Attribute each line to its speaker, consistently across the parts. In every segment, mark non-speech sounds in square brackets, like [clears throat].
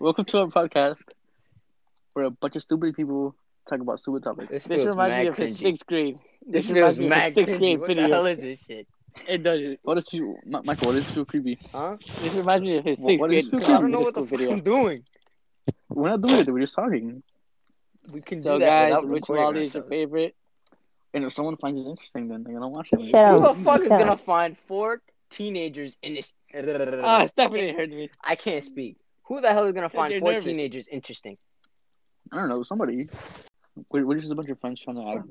Speaker 1: Welcome to our podcast where a bunch of stupid people talk about stupid topics.
Speaker 2: This
Speaker 1: This
Speaker 2: feels
Speaker 1: reminds
Speaker 2: mad
Speaker 1: me of his
Speaker 2: cringy.
Speaker 1: sixth grade. reminds
Speaker 2: This feels
Speaker 1: me of his
Speaker 2: mad
Speaker 1: sixth
Speaker 2: cringy.
Speaker 1: grade
Speaker 2: What the
Speaker 1: video.
Speaker 2: hell is this shit?
Speaker 1: It doesn't. What is you, Ma- Michael? What is too creepy?
Speaker 2: Huh?
Speaker 1: This reminds me of his
Speaker 2: What-
Speaker 1: sixth
Speaker 2: what
Speaker 1: grade
Speaker 2: is
Speaker 1: comedy
Speaker 2: I don't know what the
Speaker 1: school
Speaker 2: fuck
Speaker 1: video.
Speaker 2: I'm doing.
Speaker 1: We're not doing it. We're just talking.
Speaker 2: We can
Speaker 1: So
Speaker 2: do that
Speaker 1: guys,
Speaker 2: without
Speaker 1: which
Speaker 2: recording
Speaker 1: lolly is your
Speaker 2: ourselves.
Speaker 1: favorite? And if someone finds it interesting, then they're gonna watch it.
Speaker 3: Shut up.
Speaker 2: Who the fuck is
Speaker 3: Yeah.
Speaker 2: gonna find four teenagers in this?
Speaker 1: Ah, Stephanie heard me.
Speaker 2: I can't speak. Who the hell is gonna find
Speaker 1: You're
Speaker 2: four
Speaker 1: nervous.
Speaker 2: teenagers [laughs] interesting?
Speaker 1: I don't know. Somebody. We're, we're just a bunch of friends trying to uh,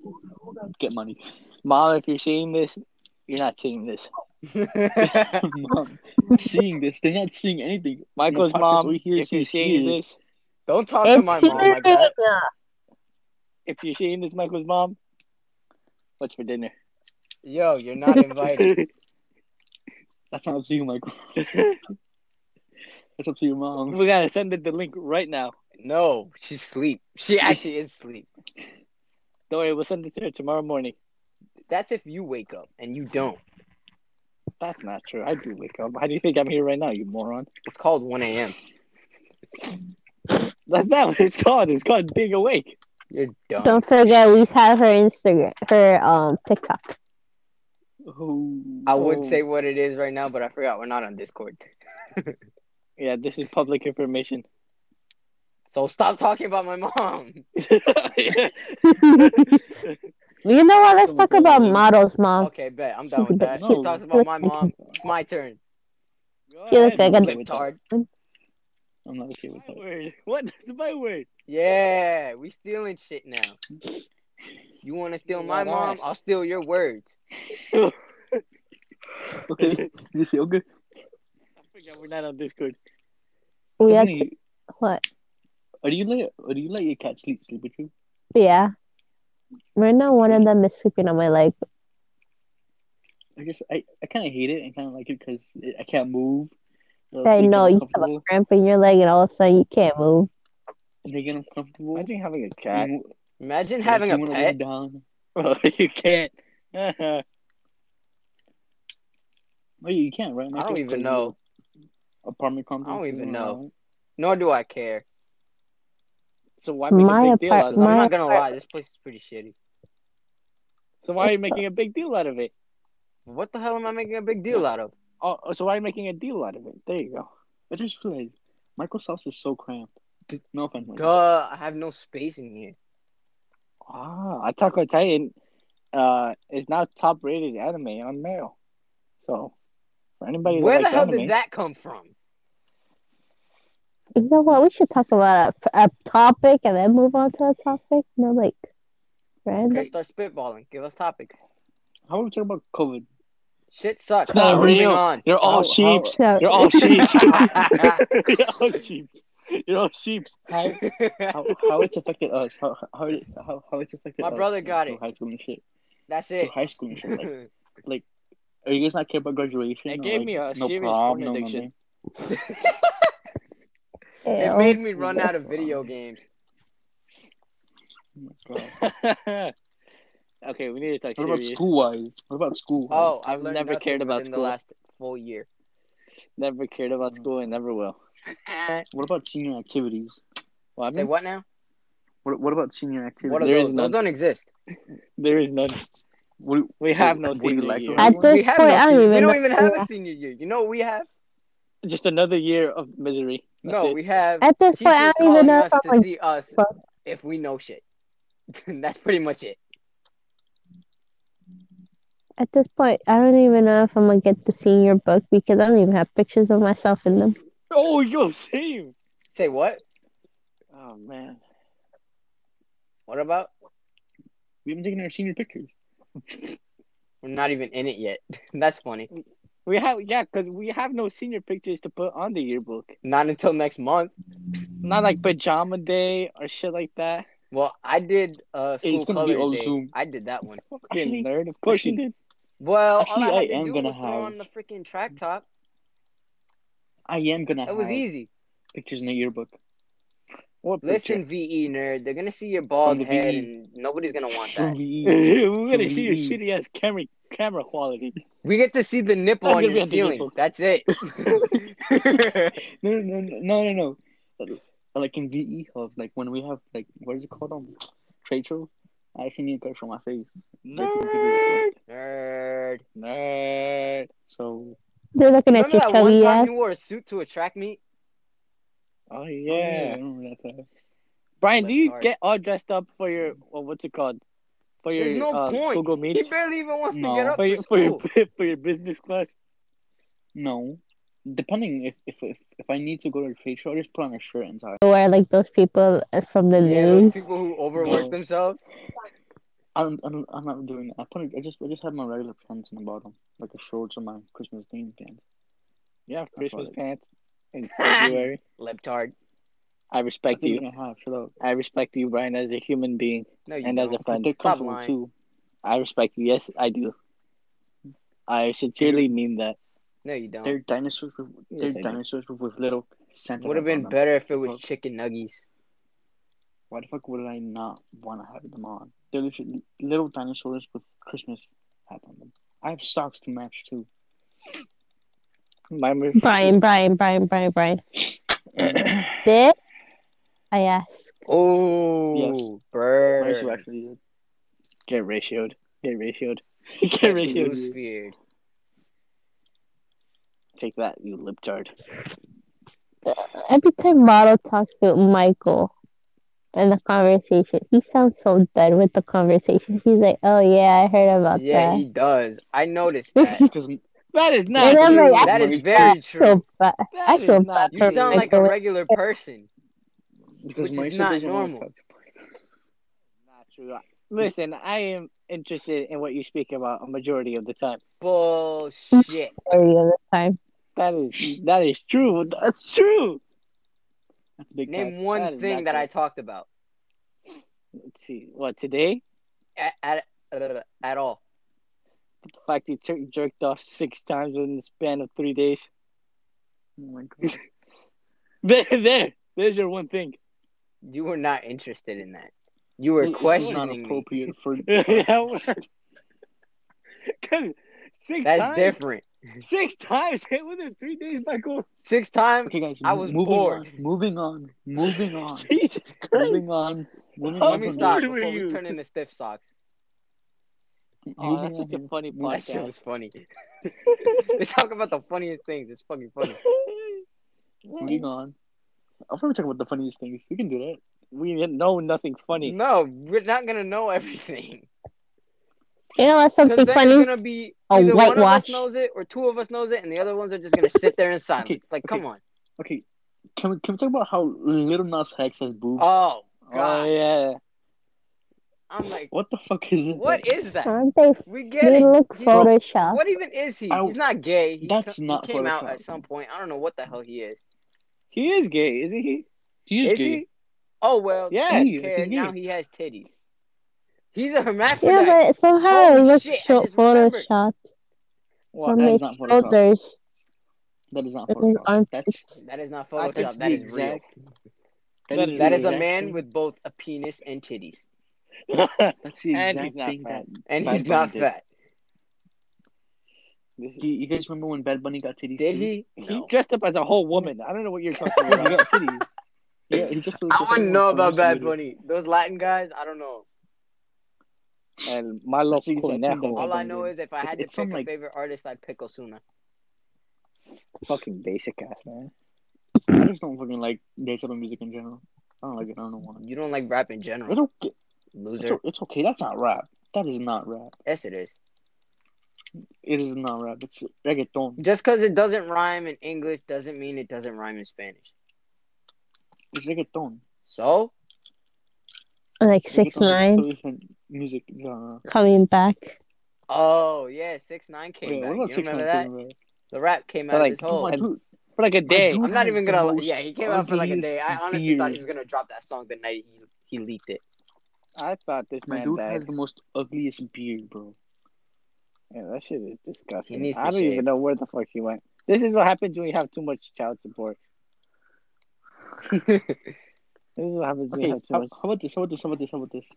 Speaker 1: get money. Mom, if you're seeing this, you're not seeing this. Mom, [laughs] seeing this, they're not seeing anything.
Speaker 2: Michael's
Speaker 1: The podcast
Speaker 2: mom,
Speaker 1: we hear,
Speaker 2: if you're
Speaker 1: she's
Speaker 2: seeing
Speaker 1: here.
Speaker 2: this, Don't talk to
Speaker 3: It's
Speaker 2: my mom like that.
Speaker 3: [laughs] Teresa.
Speaker 1: If you're seeing this, Michael's mom, what's for dinner?
Speaker 2: Yo, you're not invited.
Speaker 1: That's not up to you, [laughs] Michael. That's up to your mom.
Speaker 2: we gotta
Speaker 1: Send it the link right now.
Speaker 2: No, she's asleep. She actually is asleep.
Speaker 1: Don't worry, we'll send it to her tomorrow morning.
Speaker 2: That's if you wake up and you don't.
Speaker 1: That's not true. I do wake up. How do you think I'm here right now, you moron?
Speaker 2: It's called 1 a.m.
Speaker 1: That's not what it's called. It's called being awake.
Speaker 2: You're dumb.
Speaker 3: Don't forget we have her Instagram, her um TikTok. [laughs]
Speaker 1: Oh,
Speaker 2: I would
Speaker 1: oh.
Speaker 2: say what it is right now, but I forgot we're not on Discord.
Speaker 1: Yeah, this is public
Speaker 2: [laughs]
Speaker 1: information.
Speaker 2: So stop talking about my mom.
Speaker 3: You know what? Let's talk about
Speaker 1: Okay.
Speaker 3: models, mom.
Speaker 2: Okay, bet. I'm done with that.
Speaker 1: No.
Speaker 2: She talks about my mom. It's my turn.
Speaker 3: You look like a-
Speaker 2: Retard.
Speaker 1: I'm not okay with My that. word. What? That's my word.
Speaker 2: Yeah, we stealing shit now. You want to steal my
Speaker 1: Not
Speaker 2: mom?
Speaker 1: us.
Speaker 2: I'll steal your words.
Speaker 1: Okay, [laughs] you see, okay. I forgot we're not on Discord.
Speaker 3: We have
Speaker 1: Stephanie,
Speaker 3: what?
Speaker 1: are you let are you let your cat sleep sleep with you?
Speaker 3: Yeah. Right now, one of them is sleeping on my leg.
Speaker 1: I just I, I kind of hate it and kind of like it because I can't move. They'll
Speaker 3: I
Speaker 1: think
Speaker 3: know
Speaker 1: I'm
Speaker 3: you have a
Speaker 1: comfortable.
Speaker 3: cramp in your leg, and all of a sudden you can't move.
Speaker 1: They get uncomfortable.
Speaker 4: Imagine having a
Speaker 1: You
Speaker 4: cat.
Speaker 1: mo-
Speaker 2: Imagine
Speaker 1: like,
Speaker 2: having
Speaker 1: you
Speaker 2: a
Speaker 1: wanna
Speaker 2: pet.
Speaker 1: lay down. [laughs] Well, you can't. [laughs] well, you can't, right?
Speaker 2: I
Speaker 1: Michael?
Speaker 2: don't
Speaker 1: 'Cause
Speaker 2: even
Speaker 1: you
Speaker 2: know.
Speaker 1: Apartment complex.
Speaker 2: even
Speaker 1: you
Speaker 2: know. Nor do I care.
Speaker 1: So why make
Speaker 3: My
Speaker 1: a big deal out
Speaker 3: apart,
Speaker 1: of it?
Speaker 2: I'm
Speaker 3: my
Speaker 2: not gonna lie. This place is pretty shitty.
Speaker 1: So
Speaker 3: [laughs]
Speaker 1: why are you making a big deal out of it?
Speaker 2: What the hell am I making a big deal out of?
Speaker 1: Oh, oh, so why are you making a deal out of it? There you go. I just realized Michael's house is so cramped. No offense. Michael.
Speaker 2: Duh, I have no space in here.
Speaker 1: Ah, Attack on Titan uh, is now top rated anime on Mail. So, for anybody that
Speaker 2: Where the
Speaker 1: likes
Speaker 2: hell
Speaker 1: anime,
Speaker 2: did that come from?
Speaker 3: You know what? We should talk about a, a topic and then move on to a topic. No, like, random.
Speaker 2: Let's start spitballing. Give us topics.
Speaker 1: How are we talking about COVID?
Speaker 2: Shit sucks.
Speaker 1: It's not
Speaker 2: We're moving
Speaker 1: real.
Speaker 2: On.
Speaker 1: You're all
Speaker 2: How-
Speaker 1: sheep. [laughs]
Speaker 3: So-
Speaker 1: You're all sheep. [laughs]
Speaker 2: Ah.
Speaker 1: You're all sheep. You're all sheep. How, how, how it's affected us? How how it- how, how it's affected
Speaker 2: My
Speaker 1: us
Speaker 2: brother got
Speaker 1: through
Speaker 2: it.
Speaker 1: High school and shit.
Speaker 2: [laughs] That's
Speaker 1: Through
Speaker 2: it.
Speaker 1: high school and shit.
Speaker 2: [laughs]
Speaker 1: Like, are you guys not care about graduation? It Or, gave like, me a no serious prom, porn no addiction. nothing?
Speaker 2: It
Speaker 3: Ew.
Speaker 2: made me run out of video games.
Speaker 1: Oh my God. [laughs]
Speaker 2: okay, we need to talk
Speaker 1: What about school wise? What about school?
Speaker 2: Oh,
Speaker 1: I've
Speaker 2: I've learned
Speaker 1: never
Speaker 2: nothing
Speaker 1: cared about
Speaker 2: within
Speaker 1: school.
Speaker 2: the last Mm. full year.
Speaker 1: never cared about school and never will. What about senior activities? Well, I
Speaker 2: Say
Speaker 1: mean,
Speaker 2: what now?
Speaker 1: what? What about senior activities?
Speaker 2: What are
Speaker 1: There is
Speaker 2: those?
Speaker 1: none.
Speaker 2: Those don't exist.
Speaker 1: There is none. We, we have no
Speaker 4: Would you
Speaker 1: senior
Speaker 4: like
Speaker 1: year.
Speaker 4: to-
Speaker 3: At this
Speaker 2: we
Speaker 3: point,
Speaker 2: have no
Speaker 3: I
Speaker 2: senior-
Speaker 3: don't even
Speaker 2: we
Speaker 3: know.
Speaker 2: don't even have a senior year. You know what we have?
Speaker 1: [laughs] Just another year of misery. That's
Speaker 2: no,
Speaker 1: it.
Speaker 2: we have
Speaker 3: At this point, I
Speaker 2: teachers
Speaker 3: don't even
Speaker 2: calling
Speaker 3: know
Speaker 2: us
Speaker 3: if I'm
Speaker 2: to
Speaker 3: like,
Speaker 2: see us
Speaker 3: from.
Speaker 2: if we know shit. [laughs] That's pretty much it.
Speaker 3: at this point, I don't even know if I'm gonna get the senior book because I don't even have pictures of myself in them.
Speaker 1: Oh, yo, same.
Speaker 2: Say what?
Speaker 1: Oh man,
Speaker 2: What about?
Speaker 1: we haven't taken our senior pictures.
Speaker 2: We're not even in it yet. [laughs] That's funny.
Speaker 1: We have yeah, because we have no senior pictures to put on the yearbook.
Speaker 2: Not until next month.
Speaker 1: Not like pajama day or shit like that.
Speaker 2: Well, I did uh
Speaker 1: Hey,
Speaker 2: school
Speaker 1: it's gonna be
Speaker 2: colors
Speaker 1: all
Speaker 2: day.
Speaker 1: Zoom.
Speaker 2: I did that one.
Speaker 1: Fucking
Speaker 4: Actually-
Speaker 1: nerd. Of course you did.
Speaker 2: Well,
Speaker 1: Actually,
Speaker 2: all
Speaker 1: I
Speaker 2: I had to
Speaker 1: am
Speaker 2: do
Speaker 1: gonna
Speaker 2: was throw
Speaker 1: have-
Speaker 2: on the freaking track top.
Speaker 1: I am gonna.
Speaker 2: It was
Speaker 1: have
Speaker 2: easy.
Speaker 1: Pictures in the yearbook. What
Speaker 2: Listen, VE nerd, they're gonna see your
Speaker 1: From
Speaker 2: bald
Speaker 1: the E.
Speaker 2: head,
Speaker 1: VE.
Speaker 2: and nobody's gonna want
Speaker 1: picture? [laughs]
Speaker 2: that.
Speaker 1: Sweet.
Speaker 4: We're
Speaker 1: We're gonna see your shitty ass camera camera [laughs]
Speaker 2: [laughs]
Speaker 1: quality.
Speaker 2: We get to see the nipple
Speaker 1: That's
Speaker 2: on
Speaker 1: gonna be
Speaker 2: [laughs] your
Speaker 1: on the
Speaker 2: ceiling.
Speaker 1: nipple.
Speaker 2: That's it.
Speaker 1: No, no, no, no, no, no. But like in VE of like when we have like what is it called on trade show? I actually need a picture on my face. Nerd.
Speaker 2: Nerd.
Speaker 1: Nerd. So
Speaker 3: They're looking at
Speaker 2: Remember
Speaker 3: you,
Speaker 2: that one
Speaker 3: chubby
Speaker 2: time
Speaker 3: ass.
Speaker 2: you wore a E? suit to a track meet?
Speaker 1: oh
Speaker 2: yeah.
Speaker 1: I remember that time. Brian, do you
Speaker 2: Left
Speaker 1: get all dressed up for your well, what's it called? For your
Speaker 2: There's no
Speaker 1: uh,
Speaker 2: point.
Speaker 1: Google
Speaker 2: He
Speaker 1: Meet?
Speaker 2: barely even wants
Speaker 1: No.
Speaker 2: to get up
Speaker 1: for,
Speaker 2: for,
Speaker 1: your, for your [laughs]
Speaker 2: school.
Speaker 1: for your business class. No, depending if if if, if I need to go to the trade show, I just put on a shirt and tie.
Speaker 3: Where like those people uh, from the
Speaker 2: Yeah, those
Speaker 3: news.
Speaker 2: people who overwork
Speaker 1: No.
Speaker 2: themselves.
Speaker 1: I'm, I'm, I'm not doing that. I put it, I just I just have my regular pants in the bottom, like a shorts and my Christmas themed pants.
Speaker 5: Yeah, Christmas
Speaker 1: what it-
Speaker 5: pants
Speaker 1: [laughs]
Speaker 5: in February.
Speaker 2: Leptard.
Speaker 1: I
Speaker 5: I
Speaker 1: respect
Speaker 5: think
Speaker 1: you.
Speaker 5: I have. Shut up.
Speaker 1: I respect you, Brian, as a human being
Speaker 2: No, you
Speaker 1: and as
Speaker 2: don't.
Speaker 1: a friend.
Speaker 2: Stop
Speaker 1: Comfortable,
Speaker 2: lying.
Speaker 1: too. I respect you. Yes, I do. I sincerely mean that.
Speaker 2: No, you don't.
Speaker 1: They're dinosaurs. With, they're
Speaker 5: Yes, I do.
Speaker 1: dinosaurs with, with little sentiments.
Speaker 2: Would have been
Speaker 1: on them.
Speaker 2: better if it was
Speaker 1: Well-
Speaker 2: chicken nuggies.
Speaker 1: Why the fuck would I not want to have them on? They're literally little dinosaurs with Christmas hats on them. I have socks to match too. My
Speaker 3: [laughs]
Speaker 1: [clears throat]
Speaker 3: Brian, Brian, Brian, Brian, Brian. Did I ask?
Speaker 2: Oh, bird.
Speaker 1: Mine should actually did. get ratioed. Get ratioed. [laughs] get
Speaker 2: Get
Speaker 1: ratioed.
Speaker 2: loose-feared.
Speaker 1: Take that, you [laughs] libtard.
Speaker 3: Every time Model talks to Michael in the conversation, he sounds so dead with the conversation. He's like, "Oh yeah, I heard about
Speaker 2: Yeah,
Speaker 3: that."
Speaker 2: he does. I [laughs] noticed that.
Speaker 1: Because that is not.
Speaker 3: And I'm
Speaker 1: you,
Speaker 3: like,
Speaker 2: that
Speaker 1: Mike.
Speaker 2: is very true.
Speaker 3: So, but
Speaker 1: That
Speaker 3: I
Speaker 1: is
Speaker 3: feel
Speaker 1: not
Speaker 3: bad
Speaker 2: You
Speaker 1: true.
Speaker 2: sound like a regular person.
Speaker 1: because
Speaker 2: which is
Speaker 1: Mike said
Speaker 2: not
Speaker 1: doesn't wanna
Speaker 2: normal.
Speaker 1: talk to Mike. Not true. Listen, I am interested in what you speak about a majority of the time.
Speaker 3: [laughs]
Speaker 2: Bullshit.
Speaker 3: sorry the time.
Speaker 1: That is that is true. That's true. That's a big
Speaker 2: Name
Speaker 1: fact.
Speaker 2: one
Speaker 1: is
Speaker 2: thing
Speaker 1: not
Speaker 2: that I
Speaker 1: true.
Speaker 2: talked about
Speaker 1: let's see what today
Speaker 2: at at, at, at all.
Speaker 1: the fact you jer- jerked off six times within the span of three days. Oh my god. [laughs] there, there, there's your one thing.
Speaker 2: You were not interested in that. You were
Speaker 1: It's
Speaker 2: questioning.
Speaker 1: not
Speaker 2: me.
Speaker 1: appropriate for. [laughs] Because six
Speaker 2: That's
Speaker 1: times,
Speaker 2: different.
Speaker 1: Six times [laughs] hit within three days, Michael.
Speaker 2: Six times.
Speaker 1: Okay, guys.
Speaker 2: I was
Speaker 1: moving
Speaker 2: bored.
Speaker 1: On, moving on. Moving on. [laughs]
Speaker 5: Jesus Christ.
Speaker 1: moving on. Moving
Speaker 5: How
Speaker 1: on.
Speaker 2: Let me
Speaker 1: from
Speaker 2: stop
Speaker 5: bored were
Speaker 2: before
Speaker 5: you?
Speaker 1: [laughs]
Speaker 2: we turn into stiff socks.
Speaker 1: this.
Speaker 5: Moving
Speaker 1: Oh, that's
Speaker 5: on
Speaker 1: such a
Speaker 5: here.
Speaker 1: funny
Speaker 2: That shit
Speaker 1: podcast. [laughs]
Speaker 2: was funny. they talk about the funniest things. It's fucking funny.
Speaker 1: Moving on. I'm probably talking about the funniest things. We can do that. We didn't know nothing funny.
Speaker 2: No, we're not gonna know everything.
Speaker 3: You know what?
Speaker 2: Because
Speaker 3: [laughs] Something
Speaker 2: then it's
Speaker 3: funny.
Speaker 2: gonna be
Speaker 3: A
Speaker 2: either one of us
Speaker 3: whitewash.
Speaker 2: knows it or two of us knows it, and the other ones are just gonna sit there in silence.
Speaker 1: [laughs] Okay,
Speaker 2: Like,
Speaker 1: okay.
Speaker 2: come on.
Speaker 1: Okay, can we can we talk about how Little Nas Hex has boobs?
Speaker 2: Oh
Speaker 1: Oh,
Speaker 2: God,
Speaker 1: yeah.
Speaker 2: I'm like,
Speaker 1: What the fuck is it?
Speaker 2: what is that?
Speaker 3: Aren't they?
Speaker 2: We get
Speaker 3: They
Speaker 2: it.
Speaker 3: look
Speaker 2: He's-
Speaker 3: Photoshop.
Speaker 2: What even is he?
Speaker 1: I-
Speaker 2: He's not gay. He,
Speaker 1: That's
Speaker 2: co- he
Speaker 1: not
Speaker 2: came out
Speaker 1: Photoshop.
Speaker 2: at some point. I don't know what the hell he is.
Speaker 1: He is gay, isn't he? He is,
Speaker 2: Is
Speaker 1: gay.
Speaker 2: he? Oh well.
Speaker 1: Yeah,
Speaker 2: Yeah.
Speaker 1: he- he's gay.
Speaker 2: Now he has titties. He's a [laughs]
Speaker 3: Yeah,
Speaker 2: hermaphrodite.
Speaker 3: but somehow it
Speaker 2: Holy
Speaker 3: looks
Speaker 2: shit, I
Speaker 3: so
Speaker 2: just remembered.
Speaker 3: photoshopped
Speaker 1: Well,
Speaker 3: from
Speaker 1: that is
Speaker 3: his
Speaker 1: not Photoshop.
Speaker 3: shoulders.
Speaker 1: That is not
Speaker 3: and his
Speaker 1: Photoshop.
Speaker 3: arms.
Speaker 1: That's
Speaker 2: That is not
Speaker 1: I think
Speaker 2: Photoshop.
Speaker 1: it's
Speaker 2: That
Speaker 1: the
Speaker 2: is real.
Speaker 1: exact-
Speaker 5: That is
Speaker 2: That
Speaker 1: the
Speaker 2: is a
Speaker 1: exact
Speaker 2: man
Speaker 1: thing-
Speaker 2: with both a penis and titties,
Speaker 1: That's the
Speaker 5: And
Speaker 1: exact
Speaker 5: he's not
Speaker 1: thing that
Speaker 5: fat.
Speaker 2: and
Speaker 1: Bad
Speaker 2: he's not
Speaker 1: Bunny did.
Speaker 2: fat.
Speaker 1: This- you, you guys remember when Bad Bunny got titties?
Speaker 2: Did
Speaker 1: too?
Speaker 2: he?
Speaker 1: He
Speaker 2: No.
Speaker 1: dressed up as a whole woman. I don't know what you're [laughs] talking
Speaker 5: He
Speaker 1: about.
Speaker 5: got titties.
Speaker 1: yeah, he just.
Speaker 2: I want to know about Bad Bunny. Those Latin guys, I don't know.
Speaker 1: And my love
Speaker 5: That's the exact thing that-
Speaker 1: Conejo.
Speaker 2: All I
Speaker 5: Bunny
Speaker 2: know
Speaker 5: did.
Speaker 2: is if I
Speaker 1: It's-
Speaker 2: had to
Speaker 1: it's some,
Speaker 2: pick a
Speaker 1: like-
Speaker 2: favorite artist, I'd pick Osuna.
Speaker 1: fucking basic ass man. [clears throat] I just don't fucking like gay type of music in general. I don't like it. I don't know why.
Speaker 2: You don't like rap in general,
Speaker 1: It's okay. It's,
Speaker 2: loser.
Speaker 1: o- it's okay. That's not rap. That is not rap.
Speaker 2: Yes, it is.
Speaker 1: It is not rap. It's reggaeton.
Speaker 2: Just because it doesn't rhyme in English doesn't mean it doesn't rhyme in Spanish.
Speaker 1: It's reggaeton.
Speaker 2: So
Speaker 3: Like
Speaker 1: Reggaeton is
Speaker 3: six
Speaker 1: a
Speaker 3: nine
Speaker 1: totally different music genre.
Speaker 3: coming back.
Speaker 2: Oh yeah, six nine
Speaker 1: Yeah,
Speaker 2: came back.
Speaker 1: what
Speaker 2: You
Speaker 1: about
Speaker 2: don't
Speaker 1: six
Speaker 2: remember that? The rap came out
Speaker 1: But
Speaker 2: of
Speaker 1: like,
Speaker 2: his hole.
Speaker 1: come on, dude. for like a day.
Speaker 2: I'm not even gonna.
Speaker 1: Most,
Speaker 2: Yeah, he came out for like a day. I honestly thought he
Speaker 1: ugliest
Speaker 2: was gonna drop that song the night he, he leaked it.
Speaker 5: I thought this
Speaker 1: My
Speaker 5: man
Speaker 1: dude has
Speaker 5: died.
Speaker 1: the most ugliest beard, bro.
Speaker 5: Yeah, that shit is disgusting.
Speaker 2: He needs to
Speaker 5: I don't
Speaker 2: shave.
Speaker 5: even know where the fuck he went. This is what happens when you have too much child
Speaker 1: [laughs]
Speaker 5: support. This is what happens when
Speaker 1: Okay,
Speaker 5: you have too
Speaker 1: how,
Speaker 5: much.
Speaker 1: how about this? How about this? How about this? How about this?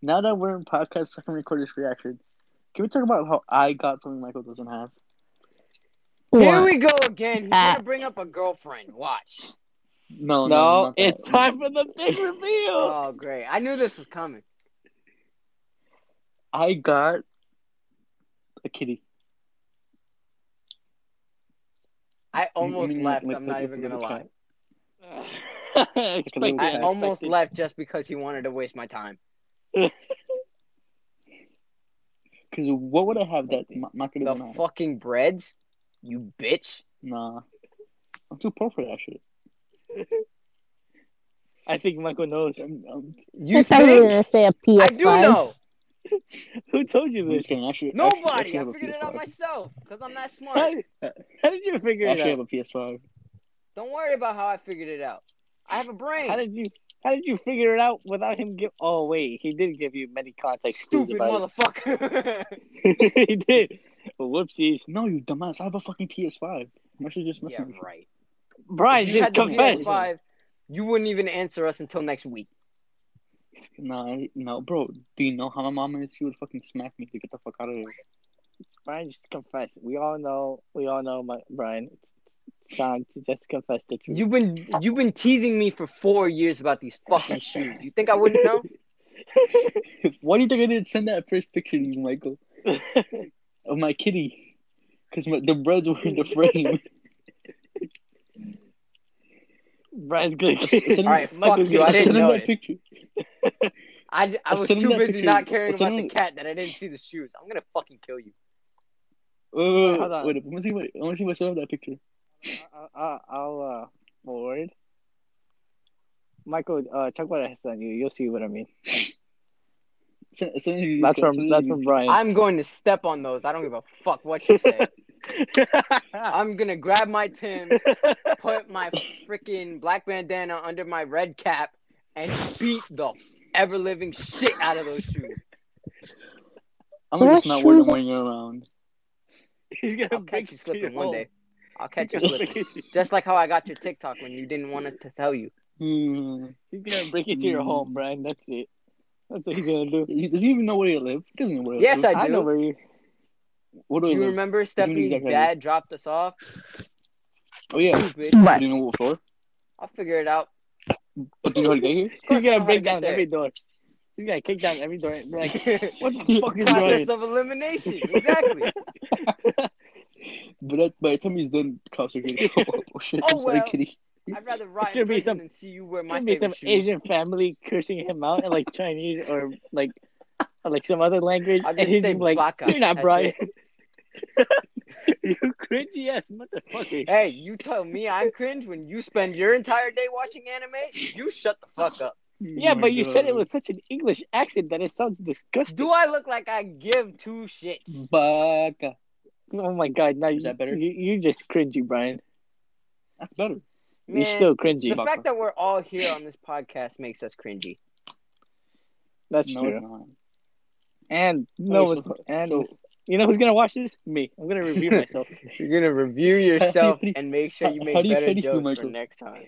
Speaker 1: Now that we're in podcast, I can record this reaction. Can we talk about how I got something Michael doesn't have?
Speaker 2: Here
Speaker 3: What?
Speaker 2: we go again. He's
Speaker 3: Ah.
Speaker 2: gonna bring up a girlfriend. Watch.
Speaker 5: No, no,
Speaker 1: no,
Speaker 5: not that.
Speaker 1: it's time for the big
Speaker 2: [laughs]
Speaker 1: reveal.
Speaker 2: Oh, great. I knew this was coming.
Speaker 5: I got a kitty.
Speaker 2: I almost
Speaker 5: mean,
Speaker 2: left.
Speaker 5: like,
Speaker 2: I'm
Speaker 5: like,
Speaker 2: not
Speaker 5: like
Speaker 2: even going to
Speaker 5: little
Speaker 2: lie.
Speaker 5: cat.
Speaker 1: Expected,
Speaker 5: little
Speaker 2: I
Speaker 5: cat.
Speaker 2: almost
Speaker 1: expected.
Speaker 2: left just because he wanted to waste my time.
Speaker 5: Because what would I have that m- not gonna
Speaker 2: The
Speaker 5: be mine?
Speaker 2: fucking breads, you bitch.
Speaker 5: Nah, I'm too pro for that shit.
Speaker 1: I think Michael knows. [laughs]
Speaker 5: I'm, I'm,
Speaker 3: [laughs]
Speaker 2: You
Speaker 3: I thought you were
Speaker 2: think?
Speaker 3: gonna say a PS5.
Speaker 2: I do know.
Speaker 1: Who told you
Speaker 5: I'm
Speaker 1: this?
Speaker 5: just kidding. I should- I should- I should
Speaker 2: Nobody. I
Speaker 5: have a
Speaker 2: figured it
Speaker 5: PS5.
Speaker 2: out myself because I'm not
Speaker 1: How,
Speaker 2: smart.
Speaker 1: how did you figure
Speaker 5: I
Speaker 1: it
Speaker 5: actually have
Speaker 1: out?
Speaker 5: a [laughs] PS5.
Speaker 2: Don't worry about how I figured it out. I have a brain.
Speaker 1: How did you? How did you figure it out without him give? Oh wait, he did give you many context. clues
Speaker 2: Stupid
Speaker 1: about
Speaker 2: motherfucker. [laughs]
Speaker 1: it. [laughs] he did. Whoopsies.
Speaker 5: No, you dumbass. I have a fucking PS5. I should just messing
Speaker 2: yeah,
Speaker 5: with you.
Speaker 2: right.
Speaker 1: Brian
Speaker 2: If you
Speaker 1: just
Speaker 2: had the
Speaker 1: confessed.
Speaker 2: PS5, you wouldn't even answer us until next week.
Speaker 5: Nah, I- no, bro. Do you know how my mom is? She would fucking smack me to get the fuck out of here.
Speaker 1: Brian just confessed. We all know. We all know, my, Brian. It's time to just confess the truth.
Speaker 2: You've been you've been teasing me for four years about these
Speaker 5: [laughs]
Speaker 2: fucking shoes. You think I wouldn't know?
Speaker 5: [laughs] Why do you think I didn't send that first picture to
Speaker 2: [laughs]
Speaker 5: you, Michael? of my kitty. Because the breads were
Speaker 2: [laughs]
Speaker 5: in the frame.
Speaker 1: Brian's
Speaker 2: [laughs]
Speaker 1: gonna.
Speaker 5: Send me-
Speaker 2: Alright,
Speaker 1: [laughs]
Speaker 2: fuck
Speaker 1: Michael's
Speaker 2: you.
Speaker 1: gonna-
Speaker 2: I didn't
Speaker 5: [laughs] send him
Speaker 2: know
Speaker 5: that
Speaker 2: it.
Speaker 5: picture.
Speaker 2: I, I
Speaker 5: I
Speaker 2: was
Speaker 5: sent him
Speaker 2: too
Speaker 5: that
Speaker 2: busy
Speaker 5: picture.
Speaker 2: not
Speaker 5: I
Speaker 2: caring
Speaker 5: sent
Speaker 2: about the
Speaker 5: him-
Speaker 2: cat that I didn't see the shoes. I'm gonna fucking kill you.
Speaker 5: Wait, wait, wait,
Speaker 1: Hold on.
Speaker 5: wait, I want to see what I want to see what's up with that picture.
Speaker 1: I- I- I'll uh, forward. Michael, uh, check what I sent you. You'll see what I mean.
Speaker 5: Send, send it to
Speaker 1: That's
Speaker 5: Yuka, send
Speaker 1: from
Speaker 5: it to
Speaker 1: that's
Speaker 5: Yuka.
Speaker 1: from Brian.
Speaker 2: I'm going to step on those. I don't give a fuck what
Speaker 1: [laughs]
Speaker 2: you say. I'm gonna grab my Tim's, put my freaking black bandana under my red cap, and beat the ever living shit out of those
Speaker 1: [laughs]
Speaker 2: shoes.
Speaker 5: I'm gonna
Speaker 3: What
Speaker 5: just not wear them
Speaker 3: shoes-
Speaker 5: when you're around.
Speaker 1: He's gonna
Speaker 2: I'll
Speaker 1: break
Speaker 2: catch you
Speaker 1: your
Speaker 2: slipping one day.
Speaker 1: [laughs]
Speaker 2: I'll catch you
Speaker 1: hole.
Speaker 5: [laughs]
Speaker 2: slipping. Just like how I got your TikTok when you didn't want it to tell you.
Speaker 5: Hmm.
Speaker 1: He's gonna break into your home, Brian. That's it. That's what he's gonna do.
Speaker 5: He- Does he even know where you live? He doesn't know where
Speaker 2: Yes,
Speaker 5: live.
Speaker 2: I
Speaker 1: know
Speaker 2: do.
Speaker 1: where you.
Speaker 5: What do
Speaker 2: Do
Speaker 5: I
Speaker 2: you
Speaker 5: live?
Speaker 2: remember Stephanie's
Speaker 5: exactly.
Speaker 2: dad dropped
Speaker 1: [laughs]
Speaker 2: us off?
Speaker 5: Oh yeah.
Speaker 2: Stupid.
Speaker 5: Do
Speaker 3: But
Speaker 5: you know what for?
Speaker 2: I'll figure it out.
Speaker 5: But do you know how to get here?
Speaker 2: Of
Speaker 1: He's
Speaker 2: course I know
Speaker 1: gonna
Speaker 2: how to
Speaker 1: break
Speaker 2: get
Speaker 1: down
Speaker 2: there.
Speaker 1: every door. He's gonna kick down every door and [laughs] be like, "What the
Speaker 5: Yeah,
Speaker 1: fuck is
Speaker 2: Process
Speaker 1: Brian?"
Speaker 2: of elimination.
Speaker 1: [laughs]
Speaker 2: Exactly.
Speaker 5: [laughs] But that, by the time he's done, the cops are gonna show up. Oh shit!
Speaker 2: Oh,
Speaker 5: I'm sorry,
Speaker 2: well.
Speaker 5: kitty.
Speaker 2: I'd rather rot
Speaker 1: Should
Speaker 2: in
Speaker 1: be
Speaker 2: prison
Speaker 1: some-
Speaker 2: than see you wear my
Speaker 1: Could be some
Speaker 2: favorite shoes.
Speaker 1: Asian family cursing him out in like Chinese or like or, like some other language,
Speaker 2: I'll
Speaker 1: and
Speaker 2: just
Speaker 1: he's
Speaker 2: say
Speaker 1: like,
Speaker 2: baka.
Speaker 1: "You're not
Speaker 2: That's
Speaker 1: Brian." [laughs]
Speaker 2: it.
Speaker 1: you cringy ass motherfucker.
Speaker 2: Hey, you tell me I'm cringe when you spend your entire day watching anime? You shut the fuck up.
Speaker 1: Yeah,
Speaker 5: Oh my
Speaker 1: but you said it
Speaker 5: God.
Speaker 1: with such an English accent that it sounds disgusting.
Speaker 2: Do I look like I give two shits?
Speaker 5: Baka.
Speaker 1: Oh my god, now
Speaker 5: Is
Speaker 1: you,
Speaker 5: that better?
Speaker 1: You, you're just cringy, Brian.
Speaker 5: That's better.
Speaker 2: Man,
Speaker 1: you're still cringy.
Speaker 2: the fact that we're all here on this podcast makes us cringy.
Speaker 1: That's
Speaker 5: no,
Speaker 1: true.
Speaker 5: it's not.
Speaker 1: And no
Speaker 5: Okay,
Speaker 1: one's
Speaker 5: so-
Speaker 1: and
Speaker 5: so-
Speaker 1: you know who's gonna watch this? Me. I'm gonna [laughs] review myself.
Speaker 2: You're gonna review yourself
Speaker 5: feel-
Speaker 2: and make sure you
Speaker 5: how
Speaker 2: make
Speaker 5: do you
Speaker 2: better
Speaker 5: feel,
Speaker 2: jokes for
Speaker 5: Michael?
Speaker 2: next time.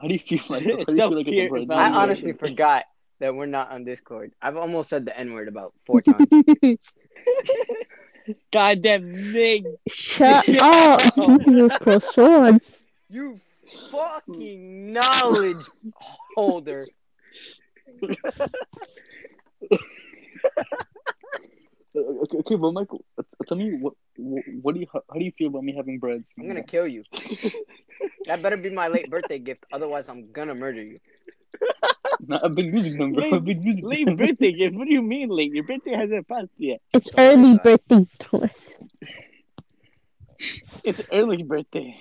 Speaker 5: How do you feel like? How do you feel like
Speaker 1: Self-care
Speaker 5: it's over?
Speaker 1: evaluation.
Speaker 2: I
Speaker 1: Um,
Speaker 2: honestly forgot that we're not on Discord. I've almost said the N word about four times.
Speaker 1: Goddamn Nick.
Speaker 2: [laughs]
Speaker 3: shut up, you croissant.
Speaker 2: You fucking knowledge holder.
Speaker 5: Uh, Okay, okay, but Michael, t- tell me what, what, what do you, how, how do you feel about me having breads?
Speaker 2: I'm gonna kill you. That better be my late birthday gift. Otherwise, I'm gonna murder you.
Speaker 5: [laughs] Nah, I've been using them, bro.
Speaker 1: Leave-
Speaker 5: I've been using
Speaker 1: Late
Speaker 5: them. [laughs]
Speaker 1: birthday gift. What do you mean late? Your birthday hasn't passed yet.
Speaker 3: It's
Speaker 2: Oh my
Speaker 3: early
Speaker 2: God.
Speaker 3: birthday to us.
Speaker 1: It's early birthday.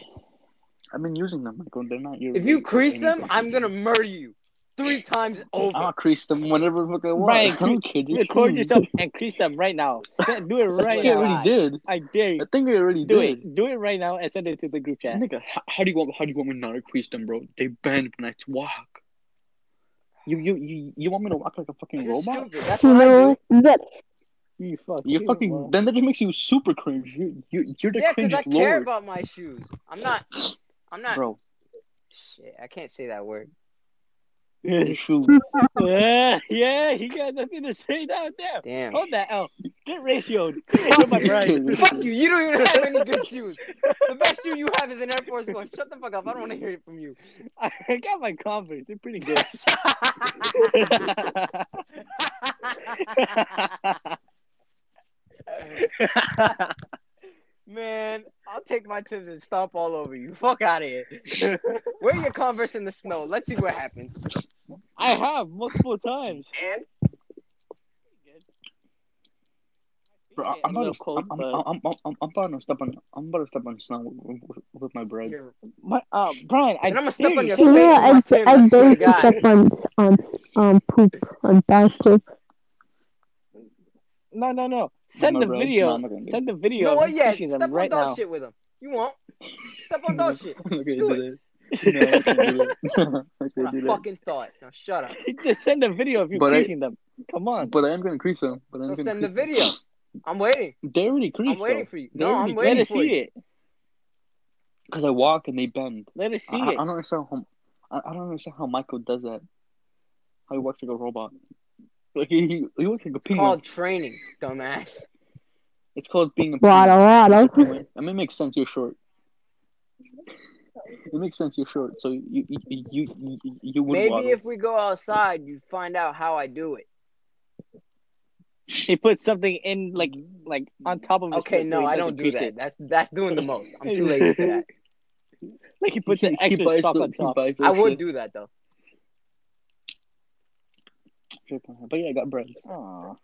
Speaker 5: I've been using them, Michael. They're not your.
Speaker 2: If you
Speaker 5: your-
Speaker 2: crease
Speaker 5: your-
Speaker 2: them, I'm gonna murder you three times over.
Speaker 5: I'll crease them whenever the fuck I want.
Speaker 1: Brian,
Speaker 5: [laughs] I don't care. dude.
Speaker 1: Record
Speaker 5: Hmm.
Speaker 1: yourself and crease them right now. Send- [laughs] Do it
Speaker 5: I
Speaker 1: right
Speaker 5: think I
Speaker 1: now.
Speaker 5: already did.
Speaker 1: I dare
Speaker 5: I
Speaker 1: you.
Speaker 5: think I already
Speaker 1: Do
Speaker 5: did.
Speaker 1: it. Do it right now and send it to the group chat.
Speaker 5: Nigga, how, how do you want? How do you want me not to crease them, bro? They bend when I walk. You you you, you want me to walk like a fucking
Speaker 2: You're
Speaker 5: robot?
Speaker 2: stupid. That's
Speaker 3: You
Speaker 2: what I
Speaker 3: know
Speaker 2: do.
Speaker 3: what? That
Speaker 1: You fucking.
Speaker 5: You fucking then that just makes you super cringe. You you you're the
Speaker 2: Yeah,
Speaker 5: cringe
Speaker 2: because I care
Speaker 5: lord,
Speaker 2: about my shoes. I'm not. I'm not.
Speaker 5: bro.
Speaker 2: Shit, I can't say that word.
Speaker 5: Shoot. [laughs]
Speaker 1: yeah, yeah, he got nothing to say down there.
Speaker 2: Damn.
Speaker 1: Hold that L. Get ratioed. Get ratioed [laughs] by
Speaker 5: Oh,
Speaker 1: Brian.
Speaker 2: Fuck you. You don't even have any
Speaker 5: [laughs]
Speaker 2: good shoes. The best shoe you have is an Air Force One. Shut the fuck up. I don't want to hear it from you.
Speaker 1: I got my converse. They're pretty good. [laughs]
Speaker 2: [laughs] Man, I'll take my tips and stomp all over you. Fuck out
Speaker 1: [laughs]
Speaker 2: of here. Wear your Converse in the snow. Let's see what happens.
Speaker 1: I have multiple times.
Speaker 2: And
Speaker 5: Bro, I'm
Speaker 1: A
Speaker 5: about
Speaker 1: little
Speaker 5: to
Speaker 1: cold,
Speaker 5: I'm, I'm,
Speaker 1: but-
Speaker 5: I'm, I'm, I'm, I'm about to step on I'm about to step on snow with, with- with my bread.
Speaker 2: you're-
Speaker 1: My, uh, Brian, I
Speaker 2: And I'ma step
Speaker 1: dare
Speaker 2: on
Speaker 1: you
Speaker 2: your
Speaker 1: say-
Speaker 2: face.
Speaker 3: Yeah, I,
Speaker 2: Face is my
Speaker 3: I
Speaker 2: favorite, I swear
Speaker 3: don't
Speaker 2: to God.
Speaker 3: step on on on poop on bad poop.
Speaker 1: No, no, no. Send
Speaker 5: my
Speaker 1: the
Speaker 5: bread. No,
Speaker 1: video.
Speaker 5: I'm not gonna do
Speaker 1: Send the
Speaker 2: you
Speaker 1: video.
Speaker 2: know
Speaker 1: of
Speaker 2: what?
Speaker 1: you
Speaker 2: Yeah,
Speaker 1: pushing
Speaker 2: step
Speaker 1: them
Speaker 2: on
Speaker 1: right
Speaker 2: dog
Speaker 1: now.
Speaker 2: shit with him. You won't. Step on dog shit.
Speaker 5: [laughs] I'm not
Speaker 2: Do
Speaker 5: gonna do that. [laughs] No, I can't do that. I
Speaker 2: What
Speaker 5: can't
Speaker 2: a
Speaker 5: do that.
Speaker 2: fucking thought. Now shut up.
Speaker 1: [laughs] Just send a video of you
Speaker 5: But I-
Speaker 1: pushing them. Come on.
Speaker 5: But I am gonna crease them. But I'm
Speaker 2: So send
Speaker 5: gonna
Speaker 2: the
Speaker 5: crease them.
Speaker 2: video.
Speaker 5: [laughs]
Speaker 2: I'm waiting.
Speaker 5: They already
Speaker 2: I'm
Speaker 5: creased
Speaker 2: waiting
Speaker 5: though.
Speaker 2: for you.
Speaker 5: They
Speaker 2: No, I'm
Speaker 5: already
Speaker 1: Let
Speaker 2: waiting
Speaker 1: us
Speaker 2: for
Speaker 1: see
Speaker 2: you.
Speaker 1: it.
Speaker 5: Because I walk and they bend.
Speaker 1: Let us see
Speaker 5: I, I I
Speaker 1: it.
Speaker 5: don't understand how I, I don't understand how Michael does that. How he works like a robot. Like he, he, he works like a
Speaker 2: It's
Speaker 5: penguin.
Speaker 2: called training, dumbass.
Speaker 5: it's called being a penguin.
Speaker 3: Waddle waddle.
Speaker 5: I mean, it makes sense. You're short. It makes sense. You're short, so you you you you, you would
Speaker 2: Maybe
Speaker 5: waddle.
Speaker 2: if we go outside, you find out how I do it.
Speaker 1: He put something in like like on top of his
Speaker 2: Okay,
Speaker 1: foot so
Speaker 2: no,
Speaker 1: he
Speaker 2: I
Speaker 1: doesn't
Speaker 2: don't do
Speaker 1: crease
Speaker 2: that.
Speaker 1: it.
Speaker 2: That's that's doing the most. I'm
Speaker 1: [laughs]
Speaker 2: too lazy for that.
Speaker 1: Like he puts
Speaker 5: He-
Speaker 1: an
Speaker 5: he
Speaker 1: extra
Speaker 5: buys
Speaker 1: sock
Speaker 5: the-
Speaker 1: on
Speaker 5: he
Speaker 1: top.
Speaker 5: buys
Speaker 2: I
Speaker 5: those
Speaker 2: would
Speaker 5: shit.
Speaker 2: do that though.
Speaker 5: But yeah, I got bread.
Speaker 1: Aw.